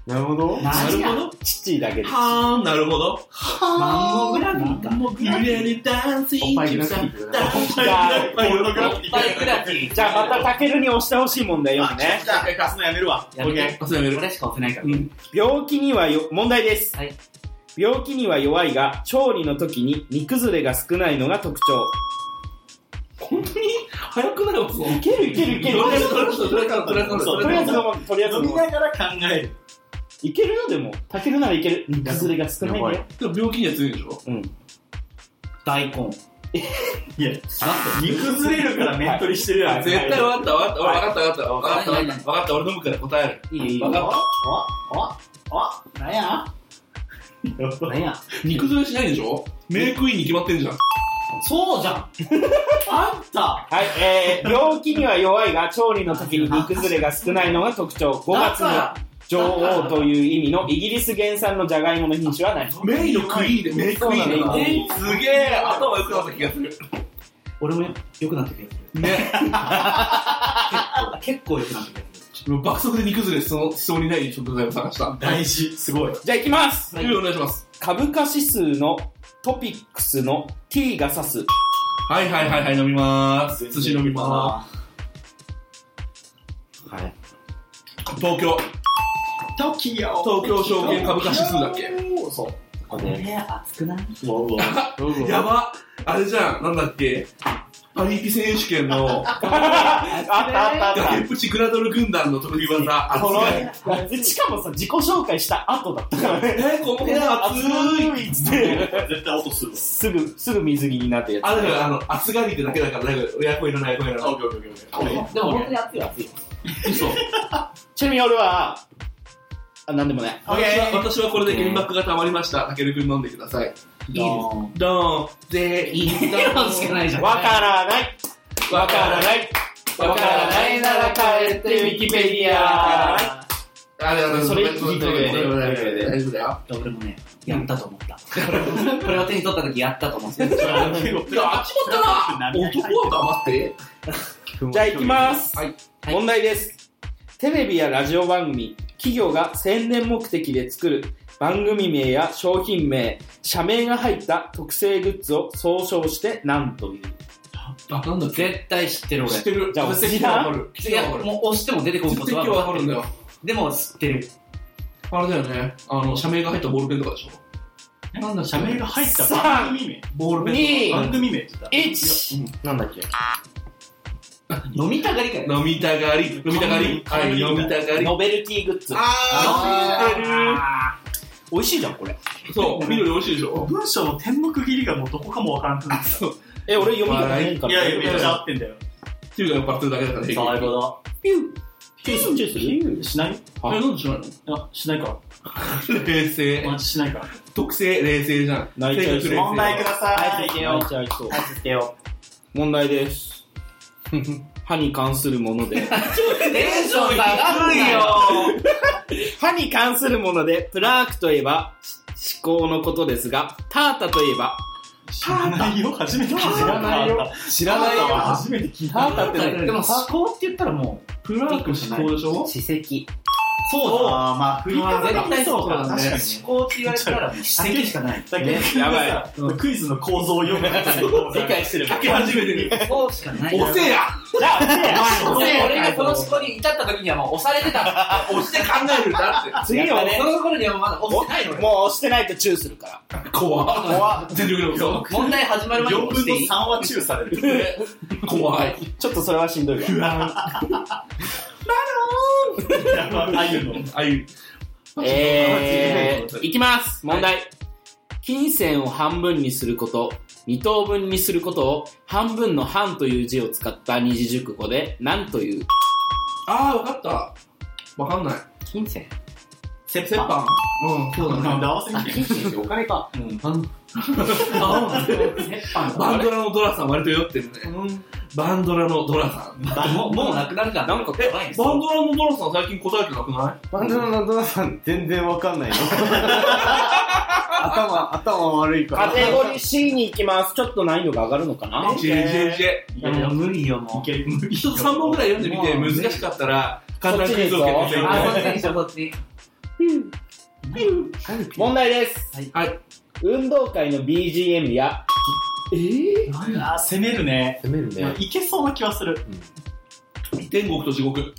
S3: なるほど。
S4: マジか
S2: ど
S1: 父だけです。
S2: はーんなるほど
S4: マンモグラフィーか。
S2: 入れる男子
S3: おっぱい
S2: チ
S3: グ
S2: ブ
S3: ラフ
S2: サ
S3: ィーって
S2: 男子
S1: じ
S5: ポルノグラフィー
S4: いっぱいグラフィー。
S1: ゃあまたタケルに押してほしい問題読むね。
S5: じゃあ貸すのやめるわ
S4: やめて。
S2: あそうやめる
S4: 俺しか押せないから。
S1: 病気にはよ、問題です。
S4: はい
S1: 病気には弱いが、調理の時に煮崩れが少ないのが特徴。
S2: 本当に早くなるぞ
S1: いけるいけるいける。
S2: とりあえずとりあえずとりあえずとりあえず
S1: とりあえず飲もうとりあえず飲
S5: 飲み
S1: もう
S5: ながら考える
S1: いけるよ、でも。タケルならいける。煮崩れが少ないんだよ。
S2: でも病気には強いでしょ
S4: 大根。
S5: いや煮崩れるから面取りしてるやん
S2: 絶対わかったわかったわかったわかったわ
S4: は
S2: か
S4: い
S2: ったわかった俺飲むから答える
S4: いいよいい
S2: わか
S4: よ。
S2: っ
S5: おなんや
S4: なんや。
S2: た肉崩れしないでしょメイクインに決まってんじゃん
S4: そうじゃん。
S5: あんた
S1: はい、えー、病気には弱いが、調理の時に煮崩れが少ないのが特徴。5月
S4: だ
S1: の
S4: か
S1: 女王という意味のイギリス原産のジャガイモの品種は何
S2: メイのクイーンでメイクイーン
S1: そうなの
S2: ねすげえ頭良くなった気がする
S4: 俺も良くなった気がする。
S2: ね
S4: 結構良くなった気がする。
S2: 爆速で肉崩れしそうしそうにない食材を探した
S5: 大事すごい
S1: じゃあ行きます
S2: はいお願いします
S1: 株価指数のトピックスの t が指す。
S2: はいはいはいはい飲みます寿司飲みま
S3: はい。
S2: す東京
S5: トキオ
S2: 東京証券株価指数だっけ
S5: そ
S3: こ
S4: こ
S3: れ、
S4: れ熱くない
S2: やばあれじゃんなんだっけパリピ選手権の
S1: あったあったあっ
S2: 崖っぷちグラドル軍団の得意技
S1: た。この
S2: 熱い
S1: しかもさ、自己紹介した後だったからね。
S2: えー、この部屋暑い。
S1: いっつって、
S5: 絶対音す る
S1: すぐ、すぐ水着になってやつ。
S2: あ、だから、あの、暑がりってだけだから、なんか、親子いらない、親子いらない。
S4: でも本当に熱いよ、熱いよ。
S2: 嘘。
S1: ちなみに俺は、あ、なんでもない。
S2: 私は、私はこれで原爆が溜まりました。たけるくん飲んでください。
S4: いいです。
S2: ドーン、全員、ド
S4: メロ
S2: ー
S4: ン
S2: ン
S4: しかないじゃん。
S1: わからない。わから
S2: い。
S1: ない。
S2: わからないなら帰って、ウィキペディア。あれ、あ
S1: それ聞いてる
S2: 大丈夫だよ。大丈夫だよ。
S4: 俺もね、やったと思った。これを手に取った時やったと思って。
S2: いや、あっちもったな男は黙って。
S1: じゃあ行きます。
S2: はい
S4: はい
S1: 問題です。テレビやラジオ番組、企業が宣伝目的で作る番組名や商品名、社名が入った特製グッズを総称して何という
S2: あ、なんだっ
S4: 絶対知ってる
S2: け知ってる。
S1: じゃあ
S2: 絶対聞いたらわかる。聞いたら
S4: 俺。いや、
S2: わかる。
S4: もう押しても出てこんこ
S2: 絶対
S4: とは
S2: 今日わかるんだよ。
S4: でも知ってる。
S2: あれだよね。あの、社名が入ったボールペンとかでしょ。なんだっけ
S5: 社名が入った番組名
S2: ボールペンとか。
S5: 番組名って言った
S1: ?1!
S3: なんだっけ
S4: 飲みたがりかよ。
S2: 飲みたがり、飲みたがり、は
S5: はい
S2: い、飲みたがり。
S1: ノベルティグッズ。
S2: あー、知っ
S4: あ
S1: 美味しいじゃん、これ。
S2: てる。そう、緑美味しいでしょ。
S5: 文章の天目切りがもうどこかもわからんくなっ
S1: え、俺読み方変か
S5: たい
S1: ら。
S5: やいやめっちゃ合ってんだよ
S2: っていうか、やっぱってるだけだから平気。
S5: 高
S1: ピュー。ピュー、チューする
S5: しない
S2: え、なんでしない
S5: あしないか
S2: の冷静
S5: マ。ジしないか
S2: 特性、冷静じゃん。
S1: 泣いちゃいそう
S2: 性格冷静
S5: ださ
S1: 入ってきてよ。入っ
S5: 入ってきてよ
S1: 問題です。 歯に関するもので。
S4: ーテンション下がるよ。
S1: 歯に関するもので、プラークといえば、し歯垢のことですが、タータといえば、
S5: 知らないよ、初めて聞いた。
S1: 知らないよ。知らないよ。
S5: 初めて聞い
S1: タ
S5: た。
S1: ータってね
S4: でも
S1: タ
S4: 思考って言ったらもう、
S2: プラーク思考でしょ
S4: 史跡。
S5: そうだ。まあ、振り方
S4: 絶対そう
S5: だ
S4: だね。思考って言われたら、史跡しかない。
S5: だけど、
S1: やばい
S5: さクイズの構造を読む
S1: 理解してる。
S2: 書き始めてる。
S4: そうしかない。
S2: 押せや
S5: じゃあ、
S4: そう俺がこの思考に至った時にはもう押され てた。
S2: 押して考えるんだって。
S1: 次は
S4: その頃にはまだ押してないのよ。
S1: もう押してないとチューするから。
S2: 怖
S1: 怖
S2: っ。全力で押
S4: 問題始まるまで
S5: 4分
S4: 押して
S5: の
S4: いい。
S5: 3はチューされる。
S2: そう。怖い。
S1: ちょっとそれはしんどいわ。
S5: やばいあゆの。
S2: ああいう。
S1: えー、いきます問題、金銭を半分にすること二等分にすることを半分の半という字を使った二字熟語で何という
S2: あー、わかった。わかんない。
S1: 金銭
S5: セ
S2: セッパン。うん、そうだ
S5: な
S2: ね。
S5: んで合わせに
S1: 金銭ってお金か
S2: あ バン
S4: も
S2: ドラのドラさん割と酔ってるね。バンドラのドラさん。
S4: う、もうなくなるから。なんか
S2: え、
S4: 怖
S2: バ
S4: い
S2: ンドラのドラさん最近答えてなくない
S3: バンドのドラさん全然わかんないの頭、頭悪いか
S1: カ
S3: ら。
S1: テゴリー C に行きますちょっと難易度が上がるのかな
S2: ジェジェジェ。
S5: い
S4: やもう無理よ、も
S5: いける、無理。
S2: 一つ3本ぐらい読んでみて、難しかったら、簡単なクイズを受けて
S1: う
S4: う。
S1: ん
S4: あ、
S2: み
S4: そっちにしよう、そっちに。
S1: 問題です、
S2: はいはい
S1: 運動会の BGM やえー、
S5: あー、攻めるね。
S3: 攻める。
S5: いけそうな気はする。
S2: て。天国と地獄。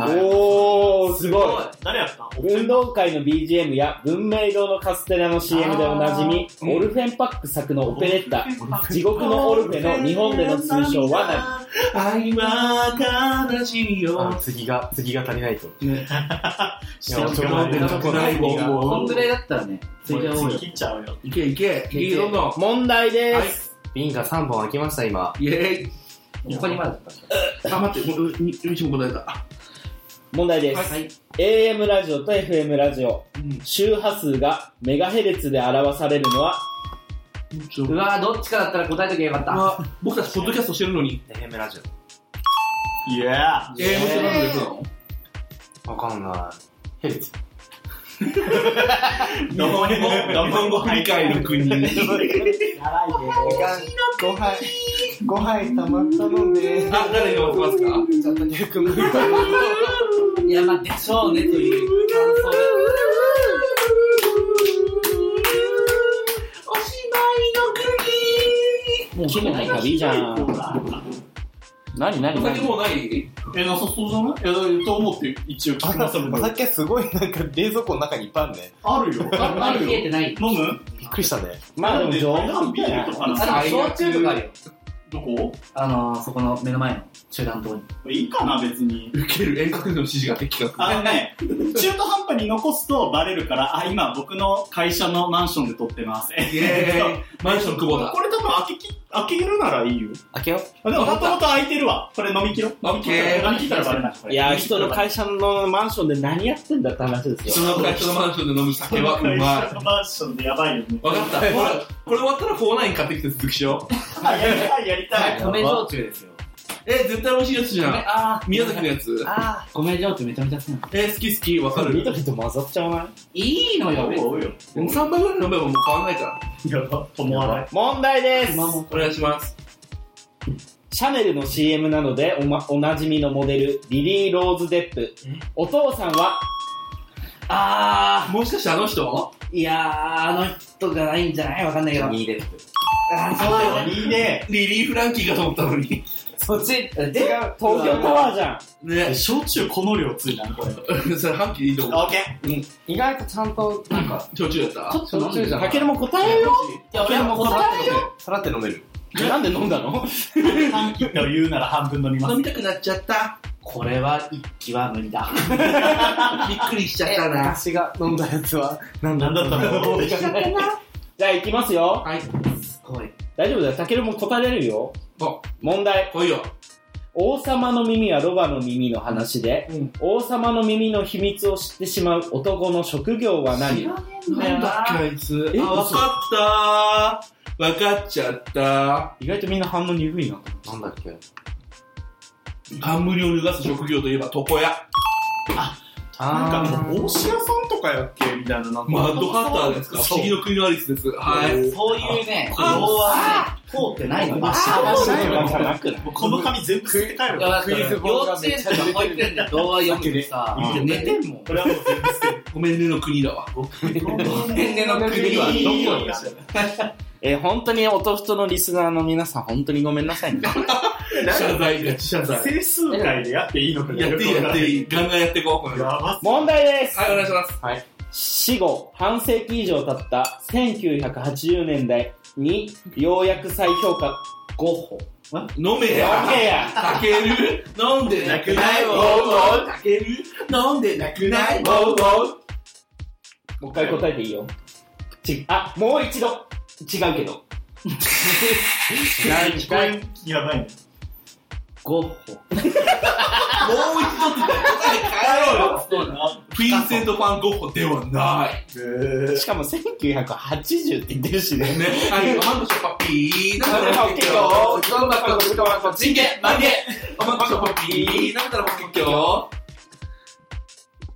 S1: おーすごい
S5: 誰やった
S1: 運動会の BGM や文明堂のカステラの CM でおなじみ、
S2: あー
S1: オルフェンパック作のオペレッタ、地獄のオルフェの日本での通称は何
S2: 愛は悲しい
S3: あ
S2: よ。
S3: 次が、次が足りないと。
S5: いや
S3: ちょっと
S5: 頑張って
S3: ちょっと
S2: ない
S5: 君が
S2: もう
S4: こんぐらいだったらね、
S5: 次
S4: 次はもうよ。
S5: 切っちゃうよ。
S2: いけいけ。いけ、どんどん。は
S1: 問題
S2: い
S1: です。。
S3: 瓶が3本開きました、今。
S2: イェーイ。
S4: ここにまだだったんだ。
S2: あ、待って、もう、み、みちも答えた。あ
S1: 問題です、
S4: はい。
S1: AM ラジオと FM ラジオ、
S2: うん
S1: 周波数がメガヘルツで表されるのは、
S2: ちょ
S4: うわーどっちかだったら答えときゃよかった。
S2: あ、僕たちポッドキャストしてるのに、
S3: FM ラジ
S5: いや
S2: AM ってなんでそう
S3: オ。わかんない。ヘルツ。
S5: ー。どこにも、
S2: なの日本語振り返る国。
S3: ご飯、ご飯たまったので。
S2: あ、誰が持ってますか
S3: ちゃんと入 君
S4: いや、まあ、でしょうね、という感想で。
S2: おしま
S1: もう決めないからいいじゃん。何何
S2: いの国他に
S1: 何
S2: もうない
S5: え、なさそうじゃないいや、と思って一応聞きましたも
S3: お
S5: ん。
S3: 酒すごいなんか冷蔵庫の中にいっぱいあるね。
S5: あるよ。
S4: あんまり冷えてない。
S5: 飲む
S3: びっくりしたね。
S1: まあでも冗
S5: なん
S1: 談
S5: で
S1: み
S5: ビ
S1: たい
S5: ールと
S1: な。
S5: かな
S4: あ、でも焼酎とかあるよ。
S5: どこ
S4: あのー、そこの目の前の中段のとこに。
S5: いいかな、別に。
S2: 受ける遠隔での指示が的確。
S5: あのね、中途半端に残すとバレるから、あ、今僕の会社のマンションで撮ってます。
S2: イエーイマンション久保だ。
S5: これ多分開けき、開けるならいいよ。
S3: 開けよ
S5: あでももともと開いてるわ。これ飲み切ろう。
S2: オッケー
S5: 飲み切ったらバレない。これ
S1: いやー、人の会社のマンションで何やってんだって話です
S2: 人
S1: よ。
S2: の会社のマンションで飲む酒はうまい。
S5: 会社のマンションでやばいよね。
S2: わかった。ほら、これ終わったら49買ってきて続きしよう。
S5: あやりたい、やりたい。
S4: 米焼酎ですよ。
S2: え、絶対美味しいやつじゃん。
S4: あ
S2: 宮崎のやつ。
S4: あー、米焼酎めちゃめちゃ好きなの。
S2: え、好き好き、わかる。
S1: 緑と混ざっちゃわない
S4: いいのよ、別に
S5: おうよ。
S2: 3杯ぐらい飲めばもう変わんないから。
S5: やば、思わない。
S1: 問題です。
S2: お願いします。
S1: シャネルの CM などでお,、ま、おなじみのモデルリリー・ローズ・デップお父さんは
S4: あ
S2: もしかしてあの人
S4: ー、いやー、あの人じゃないんじゃないわかんないけど。
S3: 2です。
S4: あー、そうだ
S5: あ
S4: よね。
S5: いいね。
S2: リリー・フランキーかと思ったのに。
S4: そっち、で、
S1: 東京タワーじゃん
S2: ね。
S5: 焼酎この量ついたの、これ。オ
S2: それ、半期でいいと思う。
S5: ッケー。
S3: 意外とちゃんと、なんか、
S2: 焼酎だった
S4: ちょっと飲んでる
S1: かけるも答えよ
S4: いや、俺も答えよ。
S3: さらって飲める。
S1: なんで飲んだの
S5: 半切って言うなら半分飲みます
S2: 飲。みたくなっちゃった。
S4: これは一気は無理だ。
S2: びっくりしちゃったな。
S3: 私が飲んだやつは、なん
S5: な
S3: だ
S5: んだったの
S1: じゃあいきますよ
S2: はい。
S4: すごい。
S1: 大丈夫だよたけるも答えれるよ
S2: あ
S1: 問題
S2: 来いよ。
S1: 王様の耳はロバの耳の話で、
S2: うん
S1: 王様の耳の秘密を知ってしまう男の職業は何
S2: なんだっけ、あいつ。
S1: え
S2: あ、わかったわかっちゃった
S1: 意外とみんな反応鈍いな
S3: なんだっけ
S2: 冠を脱がす職業といえば床屋。
S5: なん
S1: あ
S5: かもう帽子屋さんとかやっけみたいななんか
S2: マッドハッターですか不
S5: そう
S2: 思議の国のアリスです。はい。
S4: そういうね、
S2: あ
S4: 要はね、通ってないの、バシャバシャ
S1: じゃなくない
S5: もうこの紙全部捨てて帰る
S4: いやだ
S5: わ
S4: って幼稚園とか保育園で童話読んでさ、
S5: うん
S4: 寝てんもん。
S5: これはもう全部捨てる
S2: ごめんねの国だわ。
S4: 年齢の国はどこだ
S1: えー本当に音ふとのリスナーの皆さん、本当にごめんなさいね。
S2: 謝罪、ガチ謝罪。
S5: 整数回でやっていいのかな
S2: やっていいやっていい。ガンガンやっていこう、これ
S5: や
S2: は。
S5: ば
S1: 問題です
S2: はい、お願いします。
S1: 死後半世紀以上経った1980年代にようやく再評価ゴッホ。
S2: 飲め
S1: や
S2: や。
S1: べえや
S2: かける飲んでなくないもん。かける飲んでなくないもん。
S1: もう一回答えていいよ。ち、あ、もう一度違うけど。
S5: 聞こえんやばいね
S1: ゴッホ。
S2: もう一度って言ったら答え変えろよ。
S4: そうだ
S2: フィンセント・ファン・ゴッホではない。
S5: え
S1: しかも1980って言ってるしね。
S2: ね。はい、マンドショパピー。な
S1: それはオッケーよ
S2: どんなことどんなことチンゲマンゲおまんショパピー。なんだろ、結局。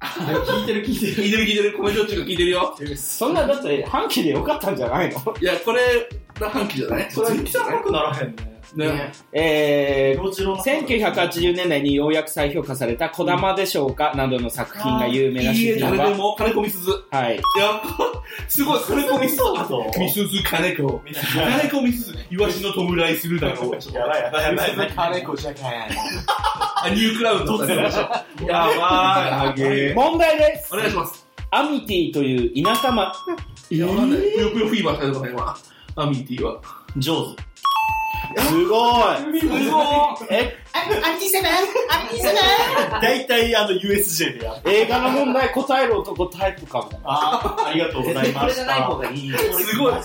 S5: 聞いてる聞いてる
S2: 聞いてる聞いてる。コメント中が聞いてるよ。
S1: そんな、だって、半期でよかったんじゃないの
S2: いや、これ、な半期じゃない
S5: それはさんっぽくならへんね
S2: ね。
S1: えー、
S5: 色白な
S1: 1980年代にようやく再評価された「こだまでしょうか」などの作品が有名ない
S2: い
S1: 主
S2: え、
S1: 人
S2: 誰で
S1: は、
S2: も、金子みすず。
S1: はい、
S2: やっぱ、すごい、金子みすず。
S5: そうだぞ
S2: みすず金子。
S5: みたいな
S2: 金子みすず、イワシの弔いするだろう。
S5: やばいやばいやばいやばい
S2: あ、ニュークラウンドだね。やばい。
S1: 問題です
S2: お願いします。
S1: アミティという田舎町
S2: いや、わかんない。ぷよぷよフィーバーしたとか今。アミティは。
S5: 上手
S1: すごい
S2: すごい。
S1: え
S5: 大体あの USJ でやる
S1: 映画の問題答える男タイプかも
S5: ああありがとうご
S4: 絶
S5: ざい
S4: 対こ
S5: ま
S4: れじゃ
S5: した
S4: ない方がいい。
S2: すごい。
S5: やばい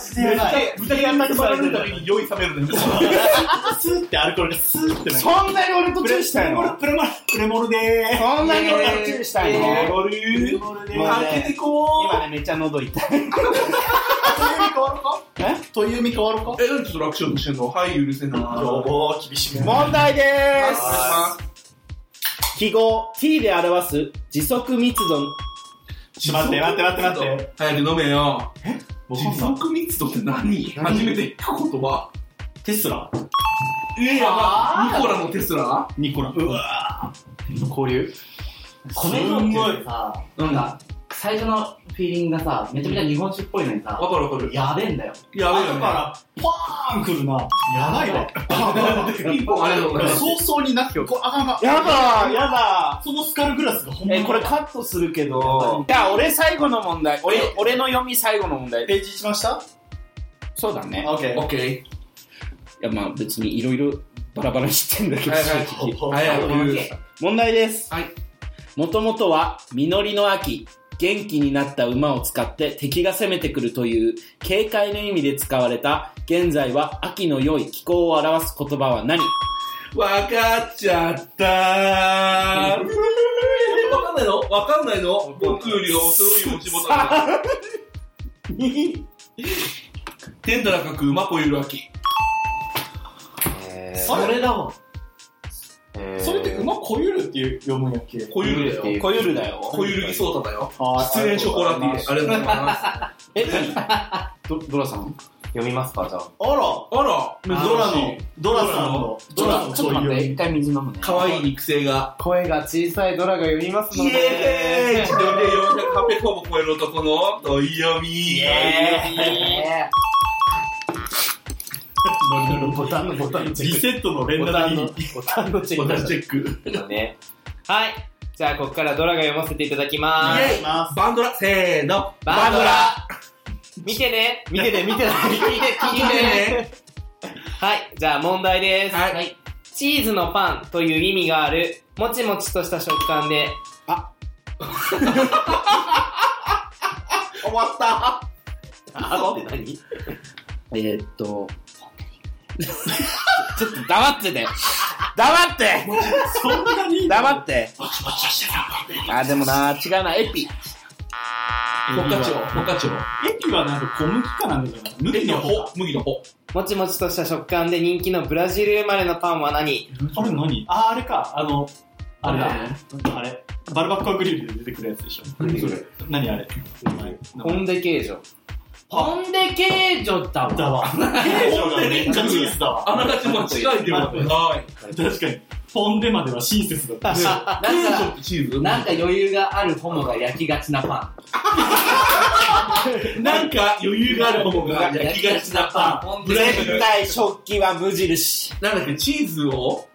S2: 豚にアタックされるために酔い冷めるね。
S5: スーってアルコールがスーってなんか
S1: そんなに俺と注意したいの
S5: プレモルプレモルでー
S1: そんなに俺と注意したい
S5: プレ
S1: の
S5: モルプレモルでー
S1: まあ
S5: あ
S1: ね
S5: 開けてこ
S1: 今ねめっちゃ喉痛い
S5: ーという意味変わろうか
S2: え、なんでトラクションしてんのはい、許せない。
S5: 要望厳しめ
S1: 問題で
S2: は
S1: す記号 T で表す時速密度
S5: ちょっと待って待って待って待って
S2: 早く飲めよ。
S5: 僕
S2: 時
S5: さ
S2: 速密度って何初めて聞く言葉。
S5: テスラ
S2: え、やばい。
S4: あ
S2: ニコラのテスラ
S5: ニコラうわ
S3: 交流
S4: コメントってさ、なんか、最初のフィーリングがさ、めちゃめちゃ日本酒っぽいのにさ、
S2: わかるわかる。
S4: やべえんだよ。
S2: やべえよ
S5: だ
S2: ね。
S5: からパーン来るなやばいわ
S2: ピンポンありがとうございます。
S5: 早々になってこあかんあかん
S1: やだやだ
S5: そのスカルグラスがほんま
S1: えー、これカットするけど。じゃあ、俺最後の問題。俺、俺の読み最後の問題。
S5: ページしました
S1: そうだね。
S5: オッケ
S2: オッケー。
S1: いや、まあ別にいろいろバラバラ知ってんだけど、
S2: はいはい
S1: 正直
S5: ー
S2: 早
S4: こ
S2: く。
S4: の家
S1: 問題です。
S2: はい。
S1: もともとは、実りの秋。元気になった馬を使って敵が攻めてくるという警戒の意味で使われた現在は秋の良い気候を表す言葉は何
S2: わかっちゃったー。わかんないのわかんないの僕よりは遅いよ、持ち物だ。天ならかく馬子ゆる秋。
S5: あ
S4: それだもん。
S5: それって馬こゆるっていう読むんやっけ
S2: 子ゆるだよ。
S1: こゆるだよ。
S2: 子ゆるぎそうただよ。
S5: あ
S2: 失恋ショコラティー。ありがとうございます。
S1: え、何ど、ドラさん
S3: 読みますかじゃあ
S5: あ
S2: あ
S5: ら
S2: ら、
S5: ドラの、ドラさんの、ドラ
S1: ちょっと
S5: の
S1: 待って、一回水飲むね。
S2: 可愛い肉声が。
S3: 声が小さいドラが読みますの
S2: イエーイ
S3: で
S2: 一度で400、800個も超える男の、といよみ。
S3: ボタンのボタンのチェ
S5: リ
S3: ッ
S5: セットの連
S3: クボ
S5: 打
S3: タ
S5: で
S3: ン
S5: い
S3: の
S5: い。
S3: ボタンのチェック
S2: 私チェック。
S3: ねはいじゃあここからドラが読ませていただきま
S2: イエ
S3: す
S2: ーイバンドラ、せーの。
S3: バンド ラ見てね見てね見てない聞いて聞いてねはいじゃあ問題です
S2: はい
S3: いチーズのパンという意味があるもちもちとした食感で
S2: 終わった。
S3: あって何
S1: えーっと、 ちょっと黙ってて。黙って
S5: そんなに
S1: 黙ってあ、でもな、違うな、エピ。
S2: ホッカチョウ、ホッカチョウ。
S5: 駅はなんか小麦かなんかじゃない麦
S2: 麦
S5: の
S2: の
S5: 方
S2: 穂、麦の穂。
S3: もちもちとした食感で人気のブラジル生まれのパンは何
S5: あれ何あ、あれか。あの、あれだよね。あれ。バルバッコアグリルで出てくるやつでしょ。
S2: 何それ
S5: 何あれ。
S3: ポンデ形状。
S4: ポンデ形状だわ。
S5: だわ。形状がめっちゃチーズだわ。
S2: あながち間違いではない。
S5: 確かに。ポンデまでは親切だった。
S4: なん
S2: チーズ
S4: か、
S2: ってチーズ
S4: なんか余裕があるホモが焼きがちなパ
S2: なんか余裕がある方が
S4: ン。
S2: 焼きがちなパ
S4: ポン
S2: ブレ
S4: デ
S2: ー
S1: 絶対食器は無印。
S2: ン。なんだっけ、チーズを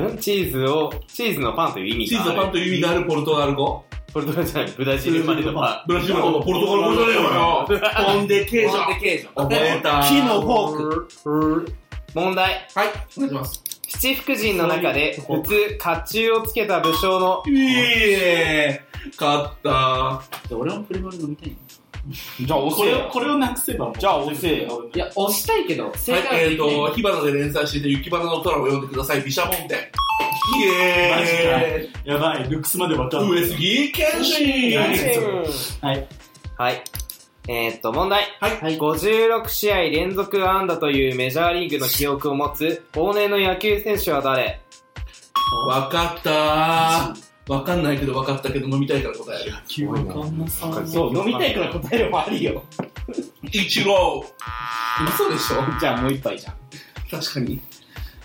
S3: んチーズを、チーズのパンという意味
S2: チ
S3: が
S2: ー
S3: あ
S2: ズ
S3: る。
S2: のパンという意味があるポルトガル語
S3: ポルトガルじゃない、ブラジル生まれのパ
S2: ブラジル語ポルトガル語じゃねえわよ。ポンデケージ
S4: ポン
S2: ョ
S4: デ形状。
S2: 覚えた。
S1: 木のフォーク。
S3: ン。問題。
S2: はい、お願いします。
S3: 七福神の中で、普通、甲冑をつけた武将の、
S2: いいえ、勝った。
S4: 俺もプレモル飲みたいの
S1: じゃあ押
S5: こ
S1: せ
S5: れを、
S1: よ。
S5: これをなくせばもう。
S1: じゃあ押せよ。
S4: いや、押したいけど、
S2: は
S4: 正解
S2: い、え
S4: は
S2: っ、
S4: できない。
S2: と、火花で連載していた雪花の虎を読んでください。毘沙門天。イエ
S5: やばい、ルックスまでわか
S2: ーイ
S5: んな
S2: 上
S5: い。
S2: 杉謙信
S5: はい。
S3: はい。えーっと、問題。
S2: はい
S4: はい
S3: 56試合連続安打というメジャーリーグの記憶を持つ、往年の野球選手は誰
S2: わかったわかんないけどわかったけど飲みたいから答える。
S5: 野球わかんなさ
S3: わかんな
S1: そう、飲みたいから答えるもありよ。
S2: イチロー嘘でしょ
S1: じゃあもう一杯じゃん。
S2: 確かに。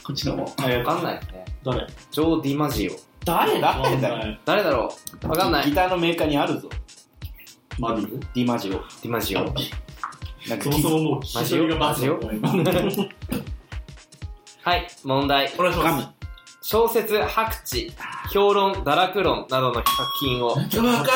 S2: こっちのも。
S5: あや
S3: わかんないですね。
S5: 誰
S3: ジョー・ディマジオ。
S1: 誰だ誰だよ。
S5: よ。
S3: 誰だろうわかんない。
S1: ギ
S3: デ
S1: ターのメーカーにあるぞ。
S5: マディ
S1: ディマジオ。
S3: ィマジオ。
S1: なんか
S5: そもそももう、
S3: マ
S5: 一
S3: ジよ
S5: 人がマジよ。
S3: はい、問題。
S2: お願いしま
S1: 神
S2: す。
S3: 小説、白痴、評論、堕落論などの作品を
S2: わか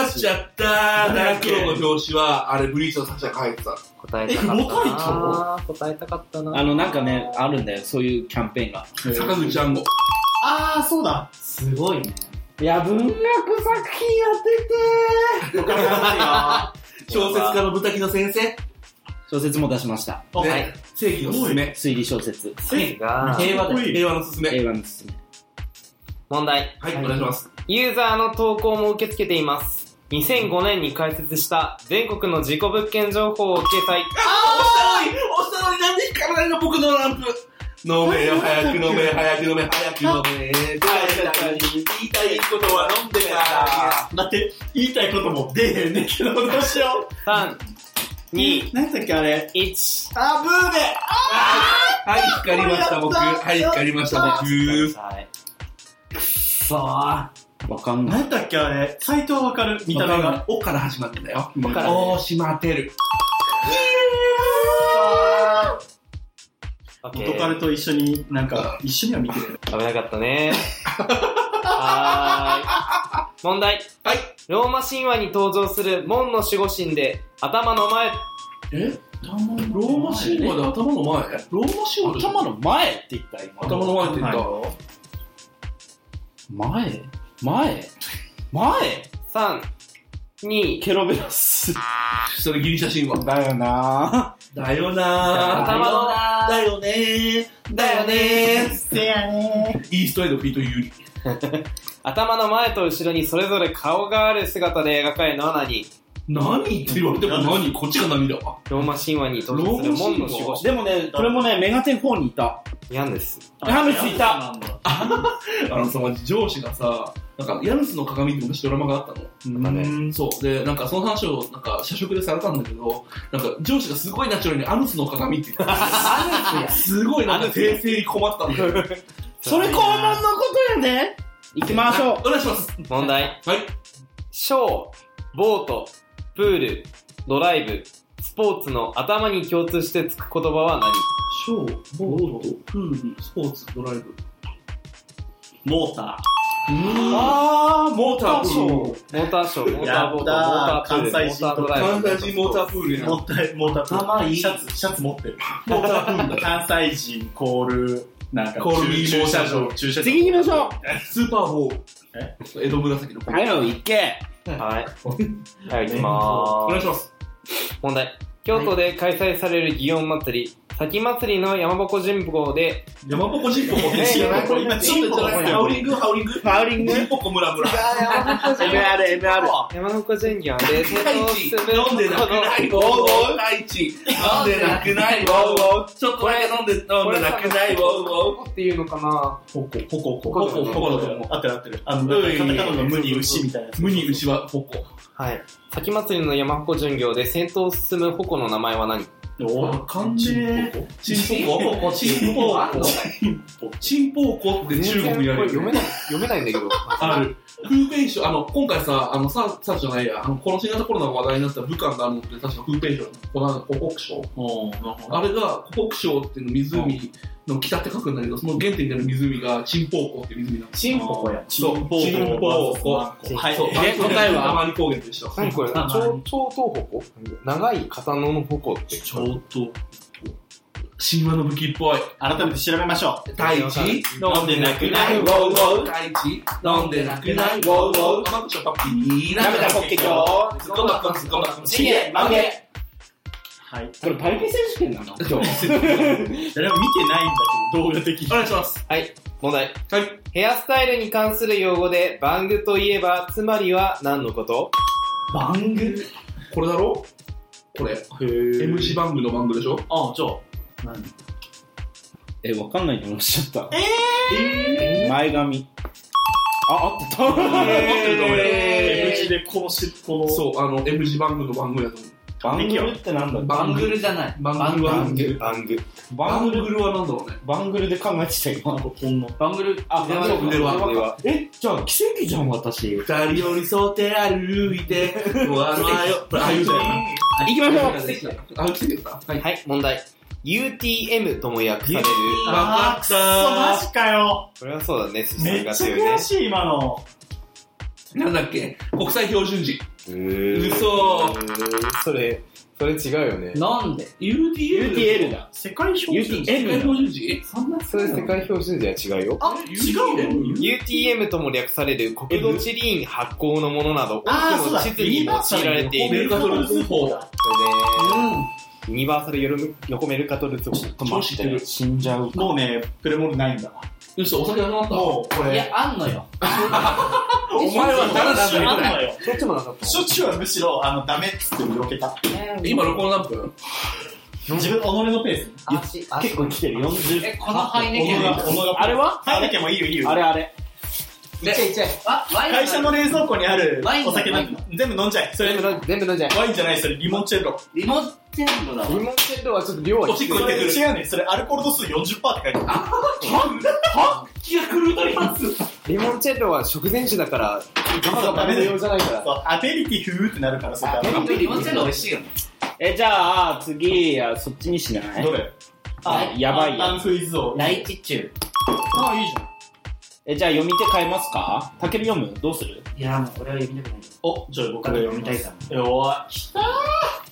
S2: っちゃったー。ダークローの表紙は、あれ、ブリーチの作者が書いてた。
S3: 答えたかったな答えたかったな
S1: あの、なんかね、あるんだよ。そういうキャンペーンが。
S2: 坂口安吾。
S5: あー、そうだ。
S4: すごいね。
S1: いや、文学作品当てて
S2: 小説家の豚木の先生。
S1: 小説も出しました。
S5: あ
S2: ね正義のすすめ。
S1: 推理小説。
S3: ですが、
S5: え
S2: 平和
S5: かっこいい
S2: 平和のすすめ。
S1: 映画のすすめ。
S3: 問題。
S2: はい、お願いします。
S3: ユーザーの投稿も受け付けています。2005年に開設した全国の事故物件情報を掲載。
S2: あー、押したのに押したのになんで光らないの僕のランプ飲めよ、早く飲め、早く飲め、早く飲め。言いたいことは飲んでか
S5: だって、言いたいことも出えへんねんけど、どうしよ
S3: 3、
S5: う。
S3: 2、
S5: 何だっけあれ。
S3: 1。
S5: あ、ブーで
S2: ら。はい、光りました僕。はい、光りました僕。
S3: はい。
S1: わかんない。
S5: 何だっけあれ。サイトはわかる。見た目が。。
S2: おから始まってんだよ。
S5: わか
S2: 大島てる。
S3: オッケ
S5: 元カレ
S3: ー。
S5: と一緒に、なんか、一緒には見てる。
S3: 危なかったね。 はーい。問題。
S2: はい。
S3: ローマ神話に登場する門の守護神で、頭の前、
S2: えローマ神話で頭の前ローマ神話で
S1: 頭の前って言った今。
S2: 頭の前って言った。
S1: 前前前
S3: 3、2、
S1: ケロベロス。
S2: それギリシャ神話。
S1: だよな
S2: だよな
S3: 頭の
S2: ー。だよねー。だよねー。
S5: せやね
S2: イーストエイド、ピート・ユーリ。
S3: 頭の前と後ろにそれぞれ顔がある姿で描かれるのは何
S2: 何って言われても何こっちが何だわ。
S3: ローマ神話に登場する門の守護神。
S1: でもね、これもね、メガテン4にいた。
S3: ヤンです。
S1: ヤムスいた
S2: あのさ、上司がさ、なんか、ヤヌスの鏡って昔ドラマがあったの。
S5: まね。
S2: そう。で、なんかその話を、なんか、社食でされたんだけど、なんか、上司がすごいナチュラルにアヌスの鏡って言ってた。すごいなんか、訂正に困ったんだよ。
S1: それ肛門のことよね行きましょう
S2: お願いします。
S3: 問題。
S2: はい。
S3: ショー、ボート、プール、ドライブ、スポーツの頭に共通してつく言葉は何
S2: ショー、ボート、プール、スポーツ、ドライブ。
S5: モータ
S1: あー、モーターショー。
S2: ー。
S3: モーターショー、モーターボート、モ
S5: や
S3: ー
S5: った
S3: タープール、
S5: ー関西
S3: モー
S5: 人
S3: タードライブ。
S2: 関西人モータープール
S5: ー。
S2: やん。
S5: モーター、モーター。
S4: 頭いい
S5: シャツ、シャツ持ってる。
S2: モータープールだ。
S5: 関西人コール、なんか、
S2: コールビー
S5: 駐車場、駐車場。
S1: 次行きましょう
S2: スーパーボール。江戸紫のボール。
S1: はい、行け
S3: はい。はい、行きまーす
S2: お。願いします。
S3: 問題。京都で開催される祇園祭り、先祭りの山箱人口で、
S2: 山鉾ジンポコってジンポコ今ちょっとじゃなくてハウリングハウリング
S1: ハウリング
S2: ジンポコムラムラ
S1: MR、MR。
S3: 山箱人口で、
S2: 高市飲んでなくないウォーウォー高市飲んでなくないウォーウォーちょっとだけ飲んで飲んでなくないウォーウォー
S3: っていうのかな
S5: ほこ、ほこ、ほ
S3: こ
S5: こ、
S3: ほこ
S5: ほこだと思う。合ってる合ってる。あの、
S2: うん
S5: カタカナの無に牛みたいなやつ。
S2: 無に牛はほこ
S5: はい。
S3: 先祭りの山鉾巡業で先頭を進む鉾の名前は何
S5: お
S2: 漢字チンポコチンポ
S4: あんの
S2: コチンポコって中国にあ
S3: これ
S2: るよ
S3: 読めない、読めないんだけど。
S2: ある。風ペンション、あの、今回さ、あの、さ、さじゃないや、あの、この新型コロナが話題になった武漢があるのって、確か風ペンション、この、湖北省。
S5: おなるほど。
S2: あれが、湖北省っていうの湖の北って書くんだけど、その原点になる湖が、チンポーコっていう湖なんです。
S4: チンポコや。
S5: チンポ
S2: チンポ
S5: ー
S2: コ
S5: コ。はい。
S2: そう、
S1: え答えは
S2: あまり高原でした。
S3: 何これ
S5: あ
S3: 超
S5: まあ
S3: 超東鉾長い刀の鉾って。
S2: ちょっと、神話の武器っぽい。
S5: 改めて調べましょ
S2: 大地
S5: 飲んでなくない
S2: ウォーウォー大地飲んでなくないウォーウォー甘口のパッピー
S1: ダメだ、ホッケ今
S2: ズコンバッコンズコンバッコン
S1: 日。げ、曲げ。
S5: う。はい。
S1: これパリピ選手権なの今日。
S5: 誰も見てないんだけど、動画的に
S2: お。願いします。
S3: 問題。
S2: はい。
S3: ヘアスタイルに関する用語で、バングといえば、つまりは何のこと
S4: バング
S2: これだろこれ。MC 番組の番組でしょ
S5: ああ、じゃあ。
S1: え、わかんないと思っちゃった。えー、前髪。あ、合ってた。
S5: え
S2: え
S5: ー、うちでこのし、この、
S2: そう、あの、MC 番組の番組だと思う。
S1: バングルってなんだっけ
S2: バ
S4: バ
S2: ン
S4: ン
S2: グ
S4: グ
S2: ル
S4: ルじゃない。
S2: バングル
S4: バ
S2: は
S4: ン
S1: グル
S3: バング。
S1: バングル、
S2: ルは何だろうね。
S1: バングルで考えてた今。
S5: なんかこんな。
S4: バングル。
S1: あ、
S2: 腕は腕は
S1: 腕は。え、じゃあ奇跡じゃん、私。行
S2: 二人寄り添って歩いて、もうあのあよ、ああいうじゃない。
S1: きましょう
S2: あ、来てくれた。はい。
S3: はい、問題。UTM とも訳される。
S2: わかった
S5: あーくそマジかよ。
S3: これはそうだね、す
S5: めっちゃ悔しい、今の。
S2: なんだっけ国際標準時。
S3: ね。
S2: 嘘
S3: うーそれ、それ違うよね。
S4: なんで
S2: UTL。
S1: UTL だ。
S5: 世界標準
S1: UTM
S2: 世界標準時
S4: そんな
S3: それ世界標準では違うよ。
S5: あ、違うの
S3: UTM とも略される国土地理院発行のものなど、多く
S5: あーそう
S3: の
S5: だ
S3: 地図に用いられてい
S2: メ
S3: る。
S2: ルカトル通報。
S3: ユニバーサルヨル横メルカトルツボ。
S2: 調子ってる。
S1: 死んじゃう。
S5: もうね、プレモルないんだわ。
S2: 嘘、お酒なくなった。
S5: もう、こ
S4: い
S5: れ。
S4: や、あんのよ。
S2: お前は誰だ
S5: しょっちゅうあん
S2: よ。
S5: のよ。
S3: そっちもなかっ
S5: しょっちゅうはむしろ、あの、ダメっつって避けた。
S2: 今録音何分
S5: 自分、己のペース。
S4: 足、足。
S1: 結構来てる、40。
S4: え、このハイネ
S5: 己
S4: ケ
S5: が、己が。
S1: あれは
S5: あれけもいいよ、いいよ。
S1: あれあれ。
S4: いっちゃいっちゃい。あ、ワイン
S5: 会社の冷蔵庫にある
S4: ワイン
S5: お酒なんか全部飲んじゃえ。それ、
S3: 全部飲ん全部飲んじゃ
S5: ワインじゃない、それリモンチェッロ。
S4: リモテンドだわ
S3: え。。リモンチェッロはちょっと量は
S2: おしっこ
S5: そ
S2: 行って
S5: れ
S2: くる。
S5: 違うね。それアルコール度数40%って書いてある。
S2: 気が狂うとります。
S3: リモンチェッロは食前酒だから、ガバガバ飲む用じゃないから。
S5: そうアペリティフってなるから、それダメ
S4: 本当にリモテンド美味しいよね。
S1: え、じゃあ、次、あそっちにしない
S5: どれ
S1: あやばいや
S5: アンフイズを。
S4: ライチチュ
S5: ああ、いいじゃん。
S1: え、じゃあ読み手変えますかたける読むどうする
S4: ー。いや、もう俺は読みたくない。
S5: お、じゃあ僕
S4: 他
S5: が
S4: の
S5: 読み
S4: 読み
S5: た
S4: た
S5: い
S4: い。から。
S5: え、おい。きたー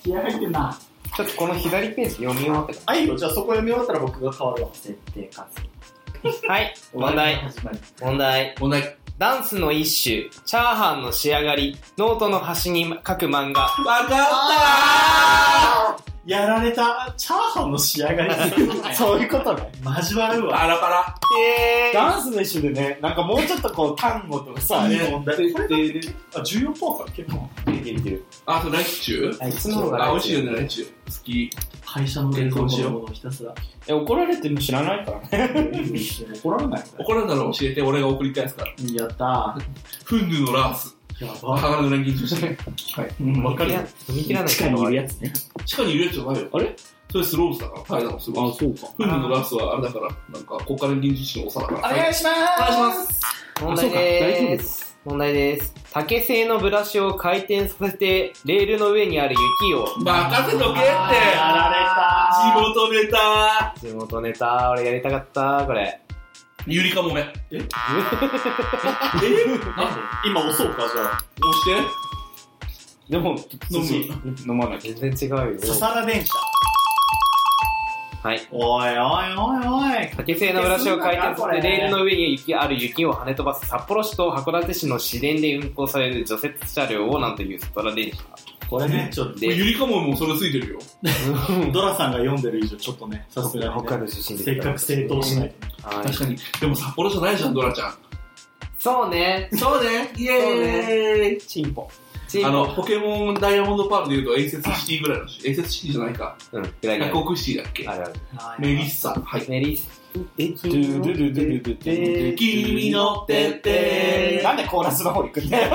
S5: 気合入ってんな。
S3: ちょっとこの左ページ読み終わって
S5: あ、いいよ。じゃあそこ読み終わったら僕が変わるわ。
S4: 設定かつ。
S3: た。はい、問題。
S4: 始まる。
S3: 問題。
S2: 問題。
S3: ダンスの一種、チャーハンの仕上がり、ノートの端に書く漫画。
S2: わかった
S5: やられた。チャーハンの仕上がり。
S1: そういうことね。
S5: 交わる
S2: ー
S5: わ。
S2: パラパラ。
S3: え
S1: ダンスの一緒でね、なんかもうちょっとこう、単語とかさ、
S5: い
S1: ね
S5: い問題。これだって結構あ、14%か、結構。
S2: あとライチ中
S3: ー。いつの方が
S2: あ、美味しいよね、ライチ中。好き。
S5: 会社の冷蔵庫のものを ひたすら。
S1: え、怒られてるの知らないからね。
S5: 怒られない
S2: 怒るんだろう教えて、俺が送り返すから。
S5: やった
S2: フンヌのラース。
S5: ー。や ば。
S2: 鋼の錬金術師。
S5: うん、わかる。
S3: 飲み切らない
S1: 地下にいるやつね。
S2: 地下にいるやつじゃないよ。
S1: あれ
S2: それスローブだから。はい、だもすごい。
S1: そうか。
S2: フンヌのラースはあれだから、なんか国家錬金術師のお皿だ
S5: お
S2: から。
S5: 願いします
S2: お願いします。
S3: 問
S1: あそう
S3: 題
S1: か大丈夫
S3: で。
S1: です
S3: 問題です。竹製のブラシを回転させて、レールの上にある雪を。
S2: 任せとけっ
S5: や
S2: て
S5: られた
S2: 地元ネタ
S3: 地元ネタ、俺やりたかった、これ。
S2: ゆりかもめ。え
S5: 今押そうか、じゃあ。
S2: どうして
S1: でも、
S2: 飲む
S1: 寿司飲まなきゃ。
S3: 全然違うよ。
S5: ササラ電車。
S3: はい。
S5: おいおいおいおい。
S3: 竹製のブラシを回転させて、レールの上に雪ある雪を跳ね飛ばす札幌市と函館市の市電で運行される除雪車両をなんというストラ電車。
S5: これね、ちょっと、
S3: で
S2: ゆりかもめもそれついてるよ。
S5: ドラさんが読んでる以上、ちょっとね、さすがにね、
S3: 北海道出身です
S5: せっかく正当しないと。
S3: はい
S2: 確かに。でも札幌じゃないじゃん、ドラちゃん。
S3: そうね。
S2: そうね。イエーイ
S1: チンポ。
S3: チー
S2: あ
S3: ム
S2: の、ポケモンダイヤモンドパールで言うと、エイセスシティぐらいのし、エイセスシティじゃないか。
S3: うん、フライヤ
S2: 百国シティだっけ
S3: あるある。
S2: メリッサ。はい。
S3: メリス。
S1: え、ドゥドゥドゥドゥドゥドゥドゥ
S2: 君のてって
S1: なんでコーラスの方行くん だよ。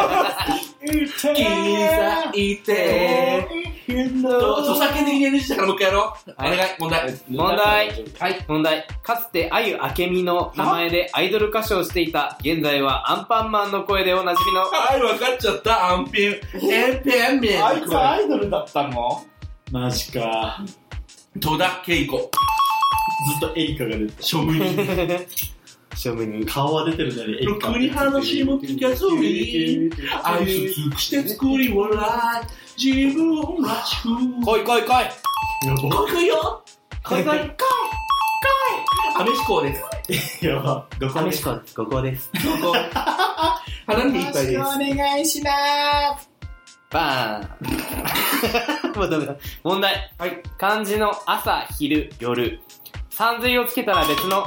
S1: 小さい
S2: いてと著作権的に NG だからもう一回やろう。お願い、問題。
S3: 問題。はい、問題。かつて、あゆあけみの名前でアイドル歌手をしていた、現在はアンパンマンの声でおなじみの、
S2: はい、分かっちゃった、アンピン。エンペンメン。
S1: あいつアイドルだったの
S5: マジか。
S2: 戸田恵子。
S5: ずっとエリカが出て
S2: 職人。
S3: 庶民に。
S5: 顔は出てるのにエリカ。
S2: 国派のシム聞かそうに。愛し尽くして作り笑い。自分らしく。
S1: 来い来い来い。
S2: 僕よ。こいこいこい。こい。安倍志向です。
S5: やば。どこで
S3: しこ、ここです。
S2: ここ。花見いっぱいです。
S1: 願いします。
S3: バーン。もうダメだ。問題。
S2: はい。
S3: 漢字の朝、昼、夜。三髄をつけたら別の、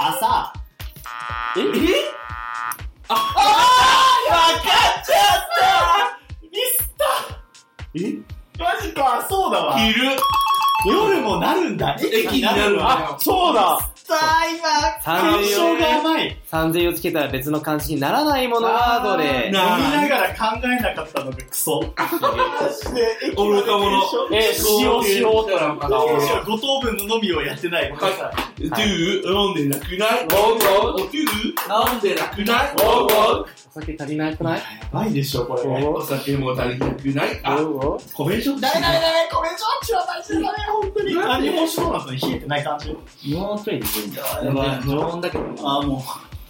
S5: 朝。
S2: ええ
S5: ミスったえマジか、そうだわ。
S2: 昼。
S5: 夜もなるんだ。
S2: 駅になるわ。
S1: そうだ。
S5: さあ、今、
S3: 三
S5: 検
S3: 十
S5: 証が甘い。
S3: 三髄をつけたら別の漢字にならないものはどれ
S2: な
S5: 飲みながら考えなかったのがクソ。マジで、駅まで
S2: 愚か者
S5: 検証
S1: え、塩塩ってなんかな。
S5: 検証5等分ののみをやってない。ごめんなさい
S2: ドゥー、飲んでなくない
S1: ゴーゴ
S2: ドゥー、飲んでなくない
S1: ゴーゴ
S3: お酒足りなくない
S5: やばいでしょ、これ。
S2: お酒も足りなくないあ、
S3: お
S2: コメンション
S5: ないないない、コメンションチは大事だね、本当に。何もしそうなんですね、冷えてない感じ。
S4: もうちょいでいいんだ。
S5: やばい
S4: 常温だけど。
S5: ああ、も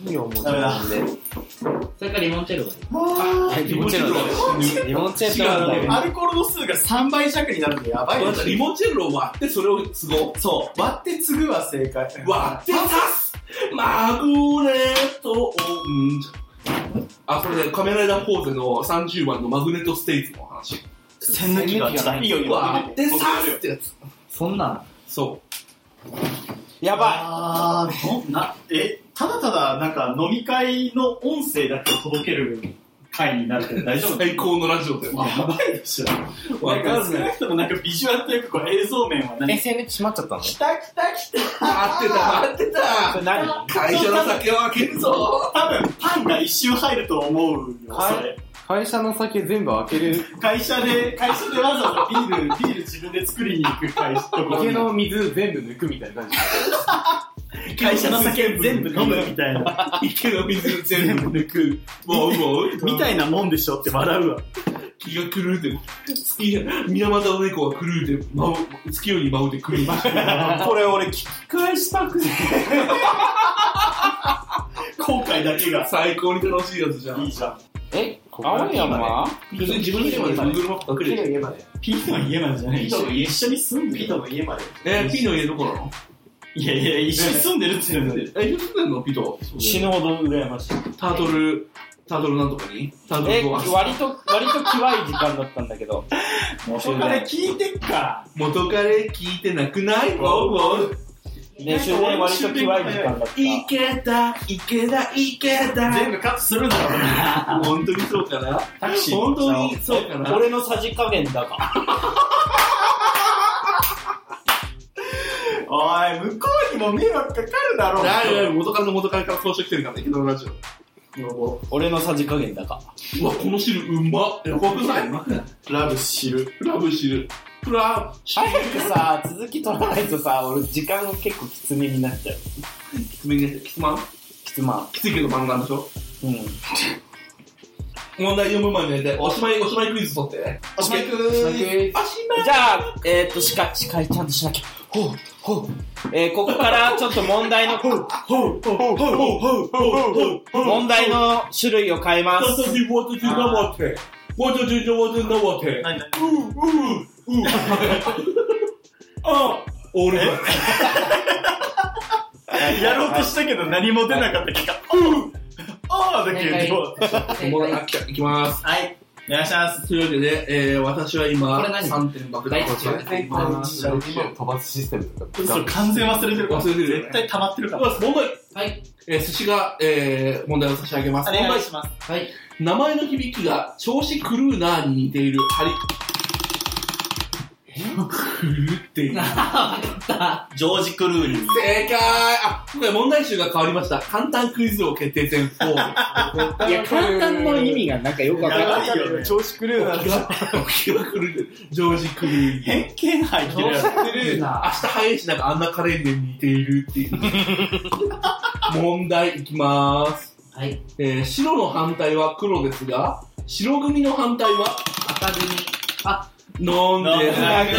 S3: いいよ、もう
S5: ダメだ
S3: 自分
S4: それかリモンチェロがいい。
S3: で。
S5: う。
S3: リモンチェロだ。リモンチェロ
S2: 違う
S3: だ。
S5: アルコール度数が3倍弱になるのやばいで
S2: リ
S5: し
S2: モチェロを割ってそれを継ごう。
S5: ょ。割って継ぐは正解。
S2: 割って刺すマグネットを、うんあ、これね、カメライダーポーゼの30番のマグネットステイツの話。
S5: 線抜きが違う。いいよ、いいよ。
S2: 割って刺すってやつ。
S4: そんな
S2: そ
S1: やば
S5: あーなえただただなんか飲み会の音声だけ届ける会になるけど大丈
S2: う。
S5: 夫
S2: 最高のラジオだよ。
S5: やばいでしょ
S2: わかん
S5: 少
S2: な。
S5: ないくともなんかビジュアルというかこう映像面はね
S3: SNS 閉まっちゃったの
S5: 来た来た来
S2: 待ってた、待って
S1: い。これ
S2: た。
S1: 何
S2: 会社の酒を開けるぞ。
S5: た多分パンが一周入ると思うよ
S3: はい
S5: それ
S3: 会社の酒全部開ける。
S5: 会社で会社でわざわざビールビール自分で作りに行く会社とこ
S3: 池の水全部抜くみたいな感じ。
S5: 会社の酒全部飲むみたいな
S2: 池の水全部抜く。もう、も う、
S5: みたいなもんでしょって笑うわ
S2: 気が狂うて、月が、水俣の猫が狂うて、舞う月より舞うて狂いました。
S1: これ俺聞き返したくて。
S5: 後悔だけが
S2: 最高に楽しいやつじゃ
S5: い
S2: ん。
S5: いじゃん
S1: え、青山
S2: 別に自分の家まで Google マップかける
S3: 家まで。
S5: ピーの家までじゃない
S4: ピーの
S5: 一緒に住んでるピーの家まで
S2: え、ピーの家どこなの
S5: いやいや、一緒に住んでるって言うんで。
S2: え、一緒に住んでんのピーと。
S1: 死ぬほど羨ましい。
S2: タートル、タートルなんとかにタートル
S1: え、
S2: ご飯。
S1: 割と、割ときわい時間だったんだけど。
S5: そこから聞いてっか。
S2: 元カレ聞いてなくないおうおう
S1: 練習で割ときわい時間だっ
S2: いけた、いけた、いけた。
S5: 全部カットするんだろうな。
S2: 本当にそうかな
S5: タクシー
S2: 本当にそうか
S1: た。
S2: な
S1: 俺のさじ加減だが。
S5: おい、向こうにも迷惑かかるだろう。
S2: だいだい元カレの元カレから交渉来てるからね、昨日のラジオ。
S1: 俺のさじ加減だが。
S2: うわ、この汁うまやばくない
S5: ラブ知る。
S2: ラブ汁。プラブ汁。
S1: 早くさ、続き取らないとさ、俺時間結構きつめになっちゃう。
S2: きつめにね、きつまん
S1: きつま
S2: きついけど漫画でしょ
S1: ん。うん。
S2: 問題読む前にやって、おしまい、おしまいクイズ取ってね。
S5: おしまいく
S2: おしまい
S5: ー
S2: おしまい
S1: じゃあ、えーっと、司会、司会ちゃんとしなきゃ。ほう、ほう。えー、ここからちょっと問題の、問題の種類を変えます。
S2: 私、私、生手。私、私、生手。
S5: 何
S2: あ、俺。
S5: やろうとしたけど何も出なかった結果。あそうだけど。
S2: お もろいあいきます。
S5: はい。お願いします。
S2: というわけで、えー、私は今、
S4: これ何
S2: 3点爆弾を使っています。
S5: 大
S2: 忘
S3: 飛ばすシステムとか
S5: それ完全忘れてるから。
S2: れてるよ
S5: 絶
S2: ね。
S5: 対溜まってるから。
S2: 問題
S4: はい。
S2: えー、寿司が、えー、問題を差し上げます。
S5: お
S2: 問
S5: 願
S2: 題
S5: い、します。
S4: はい。
S2: 名前の響きが調子クルーナーに似ている、ハリ。え狂っている。
S5: ジョージ・クルーリー。
S2: 正解あ、今回問題集が変わりました。簡単クイズ王決定戦4。
S1: いや、簡単の意味がなんかよくわかんない。
S5: やばいよね
S3: 調子狂うな
S2: 気が、気が狂ってる。ジョージ・クルーナー。
S5: 偏見入ってるやろ。
S2: ってる明日早いしなんかあんなカレンデに似ているっていう問題いきます、
S4: はい。
S2: えー白の反対は黒ですが白組の反対は
S4: 赤組。
S2: 飲んでなくない
S5: 飲んでなくない
S2: ウ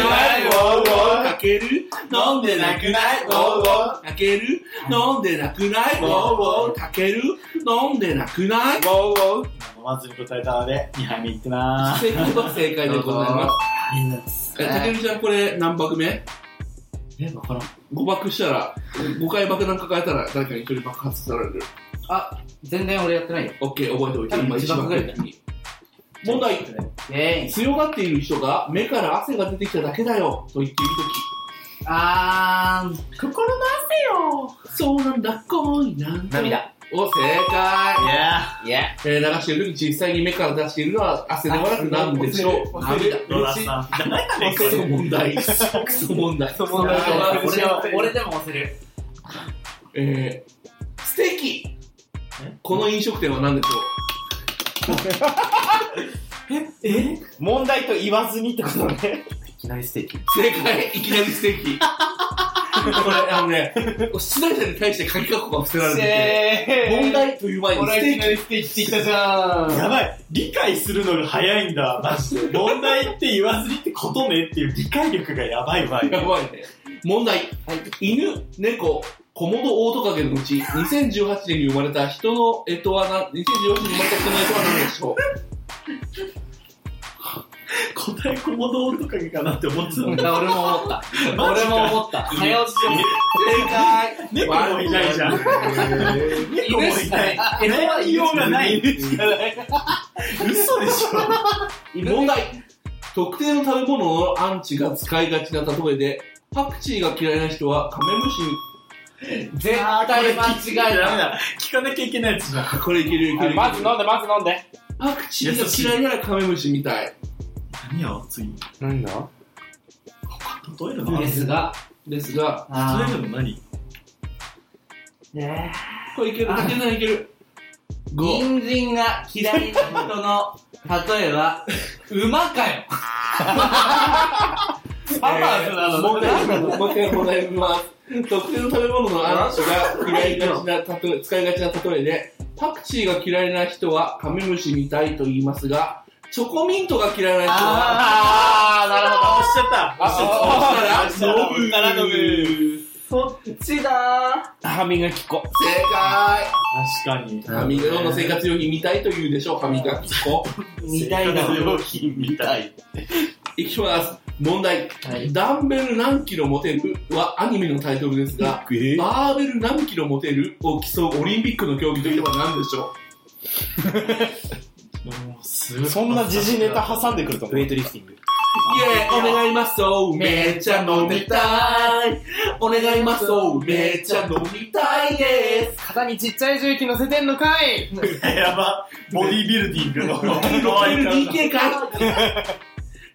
S2: ォーウォーかける飲んでなくないウォーウォーかける飲んでなくないウォーウォーかける飲んでなくない
S5: お祭り答えたので、2杯目いってな
S2: 正解は正解でございます
S4: ありがとうございます。
S2: え竹内ちゃんこれ何爆目
S4: え、わからん。
S2: ?5 爆したら5回爆弾抱えたら誰かに1人爆発される
S4: あ、全然俺やってないよ。
S2: オッケー、覚えておいて、
S4: 多分
S2: 今一番
S4: 一番
S2: 上に問題。
S4: えー
S2: 強がっている人が目から汗が出てきただけだよと言っている
S4: あ
S5: 心の
S2: とき、そうなんだ、恋なんだ。
S4: 涙。
S2: お、正解。
S5: いや
S4: ー。いや。
S2: えー、流している時、実際に目から出しているのは汗ではなくなんでしょう。
S3: あ
S2: 涙。
S5: ー、野田さん。何だね、こ
S2: クソ
S5: れ。
S2: 問題。クソ問題。
S3: その
S4: あ
S3: 中
S4: ー俺
S3: で
S4: でも、俺でも押せる。
S2: えー、ステーキ。この飲食店は何でしょう
S5: え
S1: 問題と言わずにってことね。
S3: いきなりステーキ。
S2: 正解、いきなりステーキ。これ、あのね、出題者に対して鍵括弧が伏せられてて、問題という前にステーキ
S3: なりステーキしてきたじゃ
S5: やばい。理解するのが早いんだわ、マジで。問題って言わずにってことねっていう理解力がやばいわ。
S2: やばいね。問題。犬、猫、コモドオオトカゲのうち、2018年に生まれた人の干支はな、2018年に生まれた人の干支は何でしょ
S5: 答えコモドオとかかなって思ってたの。
S4: 俺も思った。
S5: マジ
S4: 俺
S5: か
S4: も思った。早押しで
S5: 猫もいないじゃん。猫もいない。選びようがない。嘘でしょ。
S2: う問題。特定の食べ物のアンチが使いがちな例えで、パクチーが嫌いな人はカメムシに。
S4: 絶対間違い
S5: ダメ
S4: ない。
S5: だ。聞かなきゃいけないやつじゃん。
S2: これいけるいけるいける。
S1: まず飲んで、まず飲んで。
S2: パクチーが嫌いならカメムシみたい。
S5: 何よ、次。
S3: なんだ
S5: 例えるの
S4: ですが、
S2: ですが、
S5: 例え
S4: あ
S5: るの何
S2: これいける、いけないいける。5。
S4: ー人参が嫌いな人の、例えば、馬かよ。
S2: パ
S4: マーズなの
S2: 問題、もう一回問題見ます。特定の食べ物のアンチが嫌いがちなたと、使いがちな例えで、パクチーが嫌いな人はカメムシみたいと言いますが、チョコミントが嫌いな人は、
S5: あー、なるほど。押しちゃった。
S2: あ、
S5: そ
S2: そうしたら、
S5: そうしたら
S2: ノブ
S4: そっちだ
S1: 歯磨き粉。
S2: 正解
S5: 確かに。
S2: 歯磨き粉の生活用品みたいと言うでしょう、歯磨き粉。
S4: ー。みたいな。
S5: 料品みたい。
S2: いきます。問題。
S4: はい
S2: ダンベル何キロ持てるはアニメのタイトルですが、バーベル何キロ持てるを競うオリンピックの競技といえば何でしょ
S1: そんな時事ネタ挟んでくると思う。
S2: うイェーイお願いますそうめっちゃ飲みたいお願いますそうめっちゃ飲みたいです
S3: 肩にちっちゃい重機乗せてんのかい
S5: やば。ボディビルディングの。
S2: バーベル DK か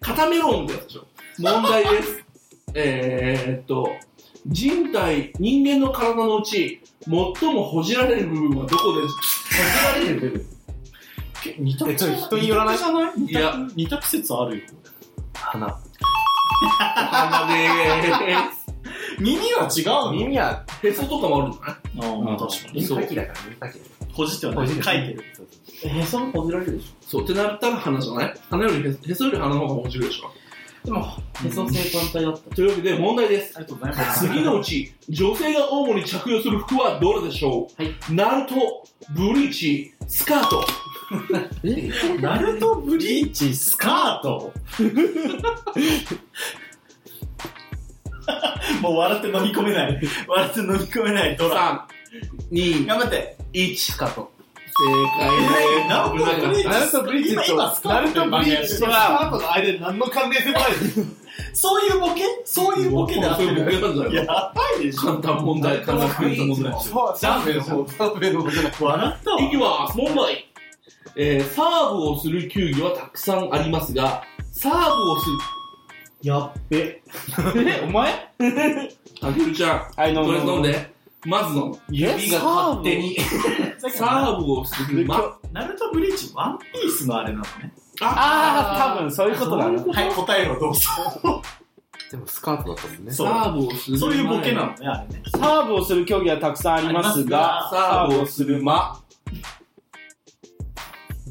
S2: 片メロンってやつでしょ問題です。 えーっと、人体、人間の体のうち、最もほじられる部分はどこです
S5: 二択
S3: えちょっと人によらない
S5: じゃない
S2: いや
S5: 二択説あるよ。
S3: 鼻。
S2: 鼻でーす。
S5: 耳は違う
S3: 耳は、
S2: へそとかもあるんじゃない
S5: のああ、確かに。
S3: 耳かきだから、耳かきだか
S5: 閉じては
S3: ら。
S5: ない。書いてる。。
S3: そうそう
S4: へそもほじられるでし
S2: そう、ってなったら鼻じゃない鼻よりへそへそより鼻の方が面白いでしょ。
S4: ょ。でも、へそ性反対だった。
S2: というわけで問題です。
S5: ありがとうございます。
S2: 次のうち、女性が主に着用する服はどれでしょう、
S4: はい、
S2: ナルト、ブリーチ、スカート。
S5: ナルトブリーチスカート もう笑って飲み込めない。笑って飲み込めないドラ。
S2: 3、2、
S5: 頑張って。
S2: 1。スカート。正
S5: ナルト
S2: 解です。危なかっ
S3: トブリ
S5: 今、今、スカート
S3: ナルトブリッジとは
S5: ートの間に何の関連性もないです。そういうボケそういうボケで合って
S2: そういうボケ
S5: る。
S2: なんだよ
S5: やばいでしょ。
S2: 簡単問題簡単問題
S5: もうダメの方、ダメの方じゃなく笑った
S2: た。いきます、問題。えー、サーブをする球技はたくさんありますが、サーブをする。
S5: やっべ。
S1: え、お前
S2: たけるちゃん、
S1: はい、飲
S2: とりあえず
S1: む
S2: 飲
S1: 飲
S2: ん
S1: む。
S2: で。まず飲む。
S1: いや
S2: 指が勝手にサーブをする。ま、
S5: ナルトブリッジ、ワンピースのあれなのね。
S1: あー、多分そういうことだな。
S5: はい、答えをどうぞ。
S3: でもスカートだったもんね。
S5: そ
S2: サ
S5: う
S2: ーブをする。
S5: そういうボケなのね、あれね。
S1: サーブをする競技はたくさんありますが、サ
S2: ありますが
S1: ーブをする間。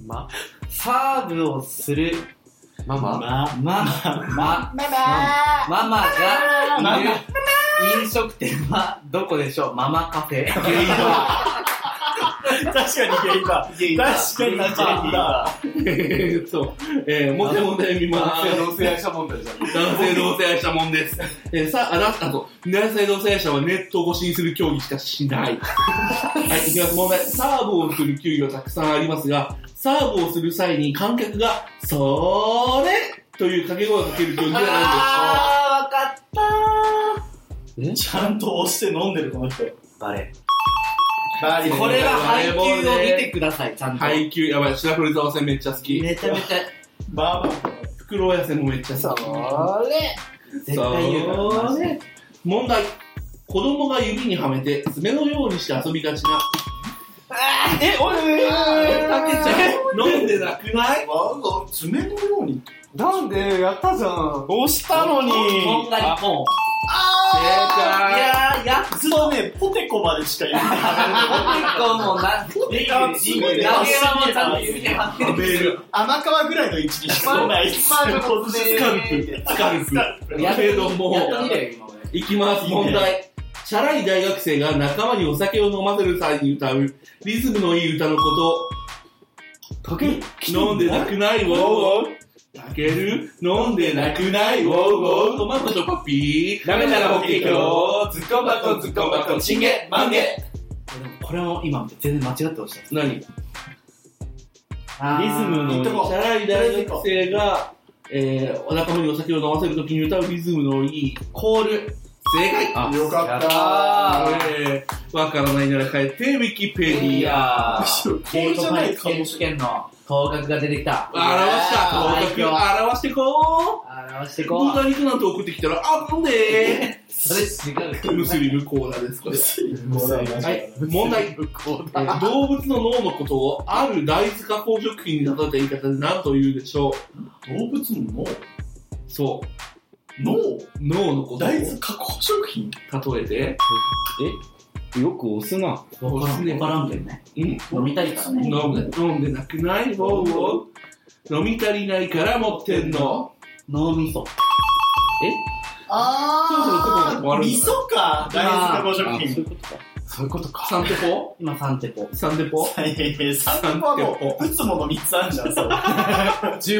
S3: ま、サーブをするマ マ
S5: まあ、まあ、
S4: ま、
S5: ま
S4: ママが
S5: マ
S4: いる飲食店はどこでしょうママカフェ。
S5: 確かにゲイバー。確かに確かにゲイバ
S2: えーっと、えー、もう一回問題見ます。
S3: 同性愛者問題じゃん。
S2: 男性同性愛者もんです。 えー、さあ、だあと、男性同性愛者はネットを越しにする競技しかし ない。はい、いきます。問題。サーブをする球技はたくさんありますが、サーブをする際に観客が、そーれという掛け声をかける競技は何
S4: あー、わかっ
S5: ー。ちゃんと押して飲んでる、この人。
S4: たバレ
S5: バ
S4: ー。
S5: リ
S4: これは配球を見てください、ちゃん
S2: でしょう
S4: と。
S2: 配球、やばい、白鳥沢戦めっちゃ好き。
S4: めちゃめちゃ。
S5: バーバー。
S2: 袋親戦もめっちゃ好き。
S4: れ絶対言うから
S2: そ。うね問題。子供が指にはめて爪のようにして遊びがちな。
S1: え、おい、
S2: たけちゃん、飲んでなくない
S5: あ爪のように。
S3: なんで、やったじゃん。
S1: 押したのに。
S4: こんなにポン。
S2: 正
S4: い
S2: 解
S4: やー、やっ
S5: ずっとね、ポテコまでしか言わない。
S4: ともうなん投げ
S5: あ
S4: はもう
S5: すごいね
S4: ちゃんと指で張ってる。
S2: ベール、
S5: 甘川ぐらいの位置にしかない。
S4: 突然
S2: スカルプ、スカルプ。だけども
S4: やっと見れよ、今俺。
S2: いきます、問題。チャラい大学生が仲間にお酒を飲ませる際に歌う、リズムのいい歌のこと。たける、飲んでなくない
S1: お
S2: を。
S1: うおう
S2: たける、飲んでなくないを。トマトとパピー。
S1: 舐めたらホッケー今
S2: ズコバコズコバコ、チンゲ、マンゲ。
S4: これも今全然間違ってほしい。
S2: 何チ
S1: リズムのいい
S2: ャラい大学生が、えー、お仲間にお酒を飲ませるときに歌うリズムのいいコール。正解あ
S5: よか。
S3: った
S2: えー、わからないなら帰って、ウィキペデ
S4: い
S2: ィア。
S4: や
S5: これじゃないかも
S4: 選手
S5: しれ
S4: 権の頭角が出てきた。
S2: 表した、合
S4: いや
S2: 格。表してこ
S4: 表して
S2: う。
S4: こ
S2: 豚
S4: う。
S2: 肉なんて送ってきたら、あぶね
S4: それ違う。
S2: ー。ムスリムコーナーです、これは。
S5: ない。
S2: はい、問題。えー動物の脳のことを、ある大豆加工食品に例えた言い方で何と言うでしょう。
S5: 動物の
S2: そう。
S5: 脳
S2: 脳のこと
S5: 脳大豆加工食品
S2: を例えて。
S1: よく押すな。
S4: わからんわからんけどね。
S2: うん。
S4: 飲みたいからね。
S2: 飲んで、飲んでなくないウォーウォー飲み足りないから持ってんの。
S4: 脳みそ。
S2: あー
S5: そうそうそう味噌か大豆加工食品
S3: そういうことか。
S2: サンテポ
S4: 今3テポ。
S2: サンテポ
S5: はいえ3分はもう打つもの3つあるじゃんそれ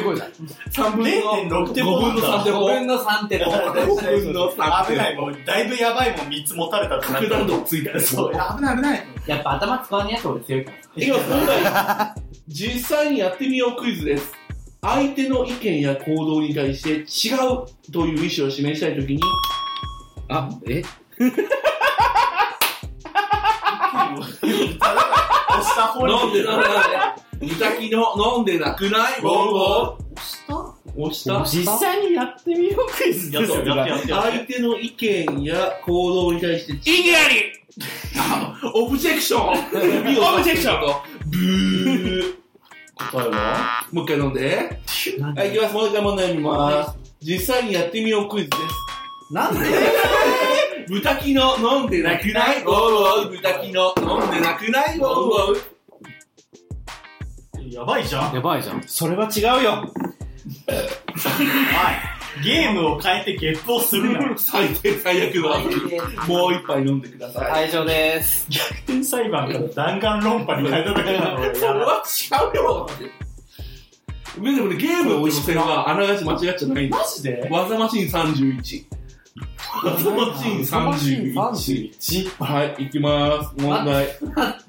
S3: 15じゃん。
S2: 三分の
S5: 0.6手
S2: 5
S5: も
S2: 分の3手
S4: 5
S2: も
S4: 分の3テポ。
S2: 5分の3手
S5: 危ないもうだいぶやばいもん3つ持たれたってなっ
S2: 爆
S5: た
S2: 弾道ついたやつ
S5: そう危ない危ない
S4: やっぱ頭使わねえやつ俺強いから。
S2: いきます問題実際にやってみようクイズです相手の意見や行動に対して違うという意思を示したいときに
S3: あ、え
S5: 押した方に
S2: 飲んでなくない三崎の飲んでなくないボーボー押した
S1: 実際にやってみようクイズ
S5: や
S1: で
S5: っ
S1: す
S5: て
S1: よ。
S5: やってやって
S2: 相手の意見や行動に対して意義ありあ オブジェクションオブジェクションブー
S5: 答えは
S2: もう一回飲んではい、いきます。もう一回問題見ます。実際にやってみようクイズです。
S4: なんで
S2: 豚キノ飲んでなくないウォーウォー豚キノ飲んでなくないウォーウォー
S5: やばいじゃん
S3: やばいじゃん。
S1: それは違うよ。
S5: はいゲームを変えてゲップをするな
S2: 最低最悪のもう一杯飲んでください。
S3: 退場です。
S5: 逆転裁判から弾丸論破に変えただけなの
S2: それは違うよでもね、ゲームの視点はあながち間違っちゃないんだ
S5: マジで
S2: わざマシン31。マシン31。
S5: 31。
S2: はい、いきます。問題。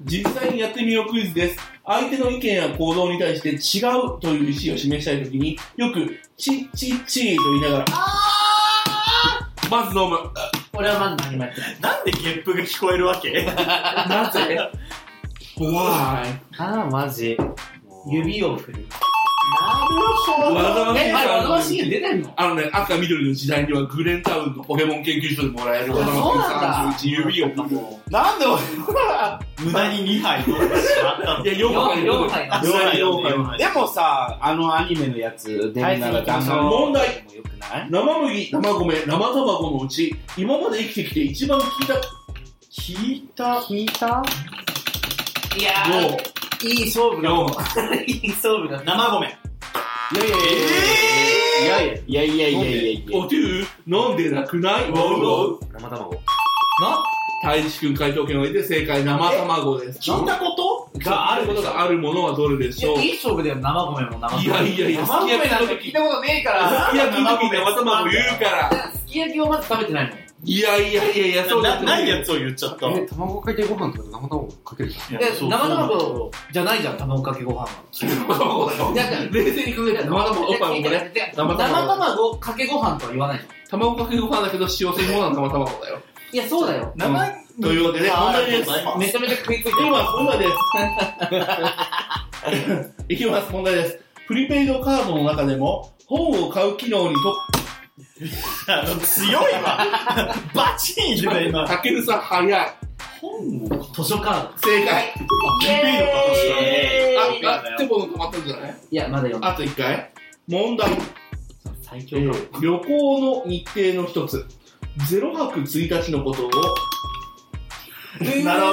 S2: 実際にやってみようクイズです。相手の意見や行動に対して違うという意思を示したいときによく、チッチッチーと言いながら、まず飲む。
S4: 俺はまだ何もやってない。
S5: なんでゲップが聞こえるわけ
S2: なぜ怖い。
S3: ああ、マジ。
S4: 指を振る。
S5: なるほ
S2: わざわざ
S4: え、あれ、わざわざ出てんの
S2: あのね、赤緑の時代にはグレンタウンのポケモン研究所でもらえる
S4: あそうなんだ
S2: 31指を振る。
S1: なんで俺
S5: 無駄に2杯飲んでしまったの
S2: い。や、4杯
S4: 4
S2: 4
S4: 杯
S2: 杯
S4: か
S2: 4杯
S1: でもさ、あのアニメのやつ、デンなら旦那の
S2: 問題
S1: もよくない
S2: 生麦、生米、生卵のうち、今まで生きてきて一番聞いた
S5: 聞いた
S3: 聞いた
S4: いや
S2: 量。
S4: ー、いい勝負だ。いい勝負だ。
S5: 生米。
S1: いやいやいやいやいやいやいやいやいやいや
S2: おてゅう飲んでなくないウォウウォウ
S3: 生卵。
S2: 大志くん回答権を得て正解生卵です。
S5: 聞いたこと
S2: があることがあるものはどれでしょう
S4: いい勝負だよ、生米も生
S2: いやいやいや、すき焼きの時、
S1: 聞いたことねえか
S2: すき焼きの時生卵言うから。
S4: すき焼きをまず食べてないの。
S2: いやいやいやいや、そうだ
S5: な
S2: って
S5: ないやつを言っちゃった。
S3: え、卵かけご飯とか生卵かけるじゃん。
S4: で、生卵じゃないじゃん、卵かけご飯は。
S2: 生卵だよ。
S4: だから
S2: 冷静に考えたら生卵おっぱいもね、
S4: 生卵かけご飯とは言わないじゃん。
S2: 卵かけご飯だけど使用するものは生卵だよ。
S4: いや、そうだよ。
S5: 生
S2: というわけで、問題です。
S4: めちゃめちゃ食いついてる。
S2: 今、今です。いきます、問題です。プリペイドカードの中でも、本を買う機能にと、
S5: あの強いわ。バチン言う今。
S2: たけるさん早い。
S5: 本を
S4: 図書館。
S2: 正解。
S5: リピートかもしれない。
S2: あ、あ、テボの止まったんじゃない
S4: いや、まだ読ん
S2: あと一回。問題。
S4: 最強か。
S2: 旅行の日程の一つ。ゼロ泊1日のことを、
S5: なるほど。なる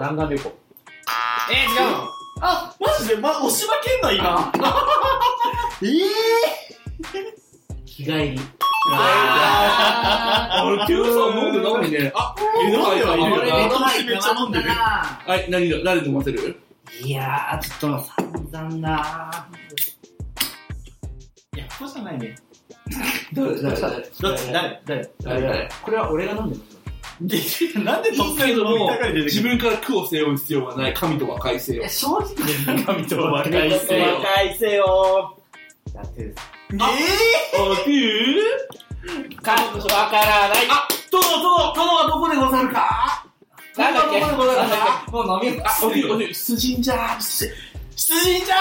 S3: 弾丸旅行。
S1: え、違うの
S5: ほど。あ、マジで、ま、押し負けんの今。えぇ
S4: 日帰り。
S5: あ
S2: あ、テボさん飲んでないのにね。あ、
S5: え飲んではいるよな
S2: はい、何だ、誰と飲ませる
S4: いやー、ちょっと散々だ
S5: いや、ここじゃないね。
S2: 誰、誰、誰、
S5: どっち誰誰
S2: 誰、誰。
S4: これは俺が飲んでる
S5: で、なんで突然飲みたがり出て
S2: 自
S5: くる
S2: 分から苦を背負う必要はない。神と和解せ
S4: い
S2: よ
S4: や、。正直で
S5: 神と和解せよ。
S1: いせよ
S4: だってさ、
S5: えぇ
S2: あ、ていう
S1: か、わからない
S2: あ、殿、殿、殿はどこでござるか
S1: なんだっけ
S2: どこでござるか
S4: もう飲み
S2: あ、おてゆ、おてゆ、出陣じゃー出
S5: 出陣じゃ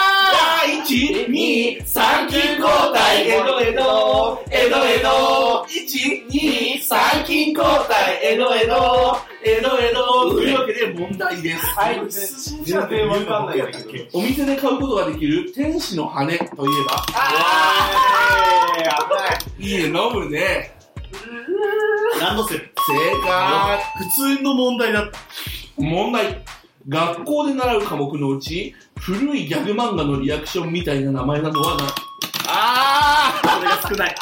S2: 1、2、
S1: 三金交代江戸江戸江戸江戸一二三金交代江戸江戸江戸江戸
S2: というわけで問題です。
S1: はい
S5: ー出陣じゃってわかんないやったっけ
S2: お店で買うことができる天使の羽といえば、いいね、飲むね。
S5: ランドセル。
S2: 正解。
S5: 普通の問題だった。
S2: 問題。学校で習う科目のうち、古いギャグ漫画のリアクションみたいな名前などはな、
S1: あ
S5: それが少ない。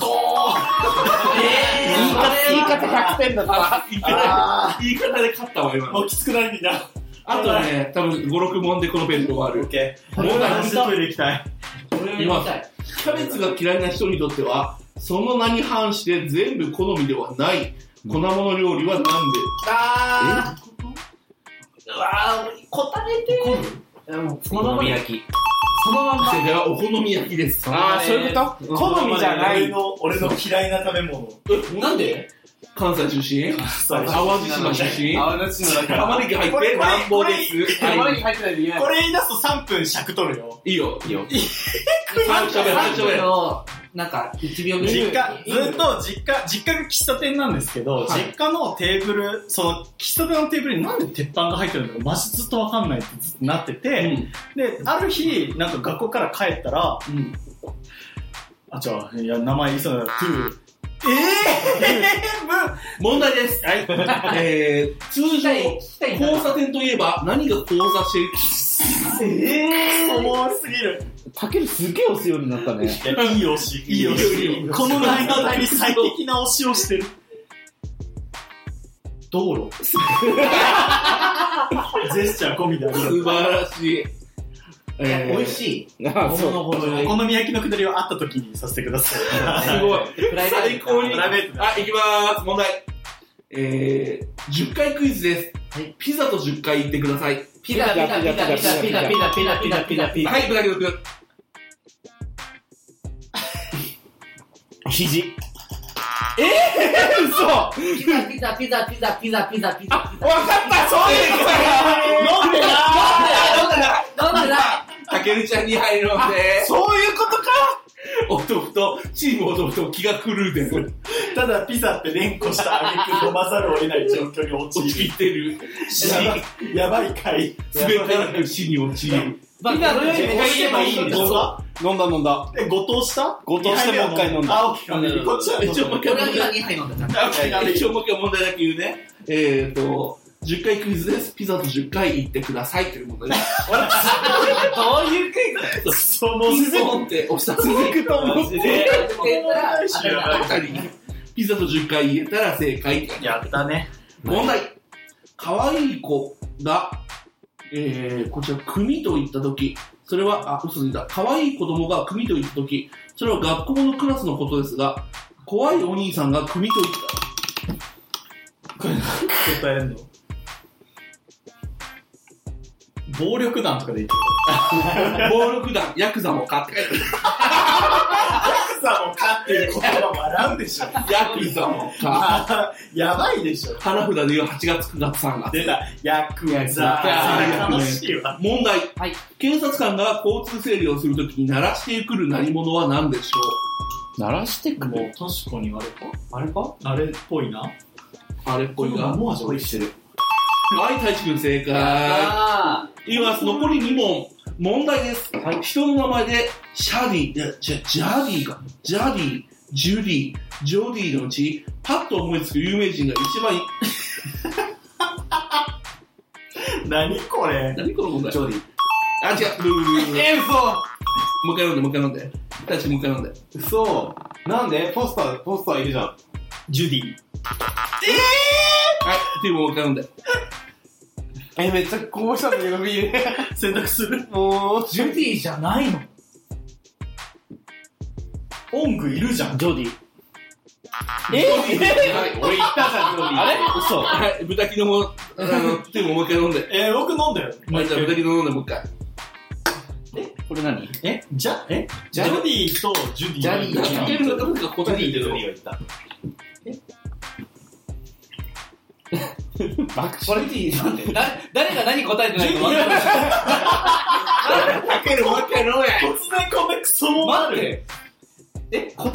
S2: コーン
S1: ー言い方言い方100点だった
S2: 言ってない言い方で勝ったわ、今の
S5: もうきつくないみんな。
S2: あとね、多分5、6問でこのページ終わ
S5: オッ
S2: る。
S5: ケー。
S2: 問題
S5: 男子トイレ行きたい。
S4: 俺を飲みたい。
S2: キャベツが嫌いな人にとっては、その名に反して全部好みではない、粉物料理は何で
S1: あ
S4: うわー、こたれてる。そのまま
S3: 焼き。
S4: そのまんま。
S2: 正解はお好み焼きです。
S1: あーそういうこと好みじゃな
S5: 俺
S1: い
S5: の、俺の嫌いな食べ物。
S2: えなんで関西出身淡路島出身玉ねぎ入っ
S5: これ
S2: て
S5: これ
S2: 乱暴です。は
S1: に入ってないと言え
S5: これ言い出すと3分尺取るよ。
S2: い。いいよ。
S3: いいよ。
S2: 三食べ、三食べ。
S4: の、なんか、1秒ぐらい。
S5: 実家、ずっと実家、実家が喫茶店なんですけど、
S2: はい
S5: 実家のテーブル、その喫茶店のテーブルになんで鉄板が入ってるのか、マジずっとわかんないってずっとなってて、で、ある日、なんか学校から帰ったら、
S2: うんうん
S5: あ、じゃあ、いや、名前言いそうだな、トゥー。え
S2: 問題です。はい。えー、通
S4: 聞き
S2: 常
S4: た、い、聞きたいんだ
S2: 交差点といえば何が交差している
S5: ぇ、ー、えぇ、ー、重すぎる。
S1: たけるすげえ押すようになったね
S5: いやいい推し、いい
S2: いい
S5: 推
S2: 推
S5: し。
S2: し
S5: この内容に最適な推しをしてる。道 路。ジェスチャー込みだ。
S2: 素晴らしい。
S1: えー
S4: 美味しい。
S1: あそう
S4: のも
S5: お好み焼きのくだりはあった時にさせてくださ
S2: す
S5: い。
S2: ごい。
S4: プライベート
S2: 最高に。
S5: プ
S2: あ
S5: ライベート、
S2: いきまーす。問題。えー、10回クイズです。
S4: はい
S2: ピザと10回言ってください。
S4: ピザピザピザピザピザピザピザピザピザピザ。
S2: はい、ブラキド君。
S1: 肘。ええー、嘘わかっ
S4: ピザピザピザピザピザピザピザ。
S1: たそういうことや
S5: 飲んでな
S4: 飲んでない。
S2: たけるちゃんに入るので、
S1: そういうことか
S2: お豆腐と、チームお豆腐と気が狂うで、
S5: いただピザって連呼した挙句飲まざるを得ない状況に陥
S2: 陥
S5: り、
S2: ってる。死、
S5: やばい回。
S2: すべてなく死に陥
S3: ピ
S2: る。
S3: ザと10回
S5: 押してばいいんですか
S1: 飲んだ飲んだ。
S5: え、誤答した
S1: 誤答してもう一回飲んだ
S5: 青木がね、こっちは
S2: 一応もう一
S4: 俺
S2: 回問
S4: は今
S2: 題。
S4: 2杯飲んだな。
S2: 一応もう一回問題だけ言うね。えーと、10回クイズです。ピザと10回言ってくださいという問題です。
S3: どういうクイ
S5: その
S2: ピンポンって押した続くと思ってピザと10回言えたら正解
S5: やったね。
S2: 問題可愛い子が、えー、こちら組と言った時それはあ嘘ついた可愛い子供が組と言った時それは学校のクラスのことですが怖いお兄さんが組と言った
S5: 答えんの暴力団とかでいい
S2: 暴力団ヤクザもかって書いて
S5: さもかっていう言葉笑うでしょ。
S2: あるヤクザもか
S5: あやばいでしょ。
S2: 花札で言う8月9月3月
S5: 出た、ヤクザ。楽しいわ。
S2: 問題、
S4: はい
S2: 警察官が交通整理をするときに鳴らしてくる鳴り物は何でしょう
S1: 鳴らしてく
S5: も
S1: る
S5: う確かにあ
S1: あれ
S5: れか
S1: か
S5: あれっぽいな。
S2: あれっぽいが
S5: もう味おいしてる。
S2: はい、太一君正解。
S4: あ
S2: います。残り2問。問題です。人の名前で、シャディ、いや、じゃ、ジャディか。ジャディ、ジュディ、ジョディのうち、パッと思いつく有名人が一番いい。
S5: 何これ
S2: 何この問題
S4: ジョディ。
S2: あ、違う。ブーブーブーブー
S3: え、
S2: もう一回飲んで、もう一回飲んで。太一君もう一回飲んで。
S3: 嘘嘘なんでポスター、ポスターいるじゃん。
S5: ジュディ。
S2: はい、ティーももう一回飲んで。
S3: え、めっちゃこぼしたんだけど、ビール。
S5: 選択する
S3: もう、
S4: ジュディじゃないの
S5: 音具いるじゃん。
S1: ジョディ。
S2: えはい、
S3: 俺言ったじゃん、ジョディ。
S1: あれ嘘。
S2: はい、豚キノも、あの、ティーももう一回飲んで。
S5: えー、僕飲んだよ。
S2: はい、じゃあ豚キノ飲んで、もう一回。
S1: これ何
S5: え、じゃ、え
S1: ジ
S5: ジャ
S1: ャ
S5: ディとジュディ。
S4: ジャディ
S2: かけるのか、か答えていいけど。
S5: 言った。
S1: 爆
S3: これ、なんでだ誰が何答えてないか分かんない。
S2: かける、もう一回飲め。
S5: 突然こんなクソもあ
S3: 待っ
S5: る。
S3: て。え、答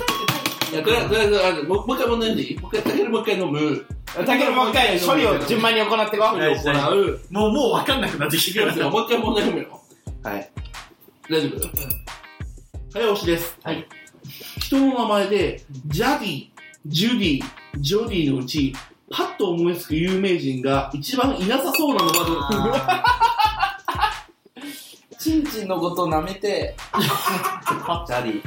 S2: いや、とりあえず、とりあえずあのもうもう一回問題に、もう一回、たけるもう一回飲む。
S1: たけるもう一回処理を順番に行ってこ
S2: 処理を行う。
S5: もう、もうわかんなくなってきて
S2: いき
S5: る
S2: ますよ、もう一回問題読むよ。
S1: はい。
S2: 大丈夫早押しです。
S4: はい。
S2: 人の名前で、ジャディ、ジュディ、ジョディのうち、パッと思いつく有名人が一番いなさそうなのは
S1: チンチンのこと舐めて、ジャディ。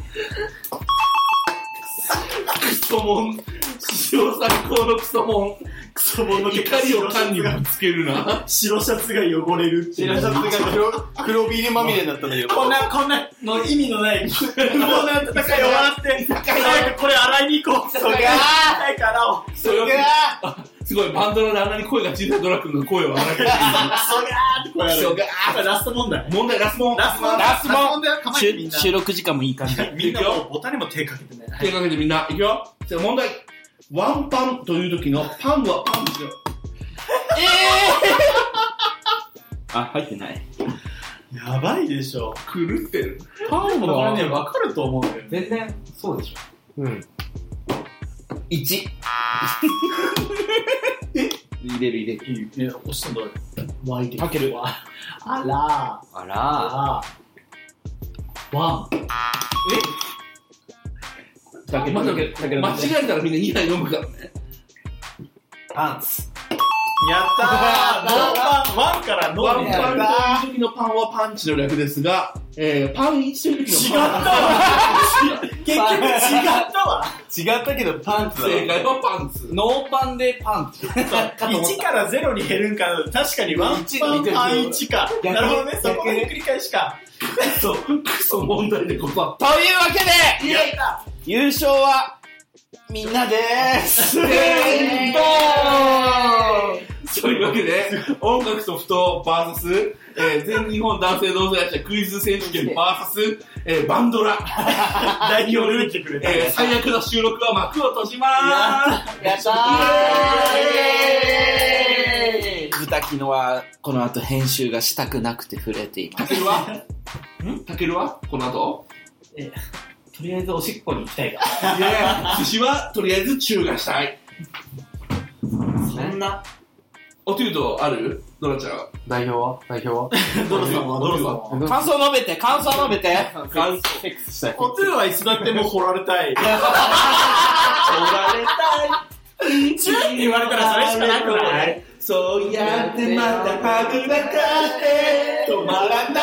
S2: クソモン。史上最高のクソモン。
S5: クソもんの結果
S2: 怒りを缶にぶつけるな。
S5: 白シャツが汚れるっていう。
S3: が黒、黒ビールまみれになったんだけど。
S5: こんな、こんな、の意味のない、こんな戦い終わって、早くこれ洗いに行こう。それ早く洗おう。
S2: それあすごい、バンドラであんなに声が小さいドラクンの声を荒げてる。
S5: クソがーってこれ
S2: ク
S5: 洗う。
S2: ソ
S5: これラスト問題。
S2: 問題、ラスモン。
S5: ラスト問題。
S1: ラスト問題
S5: 題は構えてみんな。
S1: 収録時間もいい感じ。
S5: みんなもうボタンにも手かけてね。
S2: 手かけてみんな、いくよ。じゃあ問題。ワンパンという時のパンはパンですよ。
S1: あ、入ってない。
S5: やばいでしょ。
S2: 狂ってる。
S5: パンはこれね、わかると思うんだよね。
S4: 全然、そうでしょ。
S3: うん。
S1: 1。入れる入れる。
S5: いいね、押したんだよ。ワイで。
S1: かける。
S5: あら
S3: あら
S5: あ
S4: ワン。
S1: たける、
S2: 待
S1: た
S2: っ
S1: け
S2: て
S1: る、たける。
S2: 間違えたらみんな2杯飲むからね。
S3: パンツ。
S5: ー。やったーノーパン、ワンからノ
S2: ワ
S5: ー
S2: ン
S5: に
S2: パ
S5: なる。
S2: ンという時のパンはパンチの略ですが、えー、パン1という
S5: 違
S2: 時
S5: っ
S2: の
S5: た
S2: パン。
S5: わ結局違ったわ
S3: 違ったけどパンツだろ
S2: 正解はパンツ。
S1: ノーパンでパンチ。かと思っ
S5: 1から0に減るんかな確かにワンパンパン1か。
S3: 逆に
S5: なるほどね、そこ
S3: 逆に
S5: で繰り返しか。
S2: クソ、クソ問題でここは。
S1: たというわけで、優勝は、みんなでーす。
S4: えー
S1: どー
S2: そういうわけで、音楽ソフト VS、えー、全日本男性同性愛者クイズ選手権 VS、えー、バンドラ。
S5: 代表出てくれた。
S2: えー、最悪な収録は幕を閉じまーす。
S4: やったー
S1: 豚キノは、この後編集がしたくなくて触れています。
S2: たけるはたけるはこの後
S4: とりあえずおしっこに行きたいか
S2: いや寿司はとりあえず中がしたい。
S4: ら。そんな。
S2: おというとあるドラちゃん。
S3: 代表は代表は
S5: ドロさんはドロさんは。
S1: 感想述べて、感想述べて。
S2: 感想
S3: セックスしたい
S5: おつゆはいつだってもう掘られたい。 チューって言われたらそれしかなくない
S2: そうやってまたパグらかって止まらない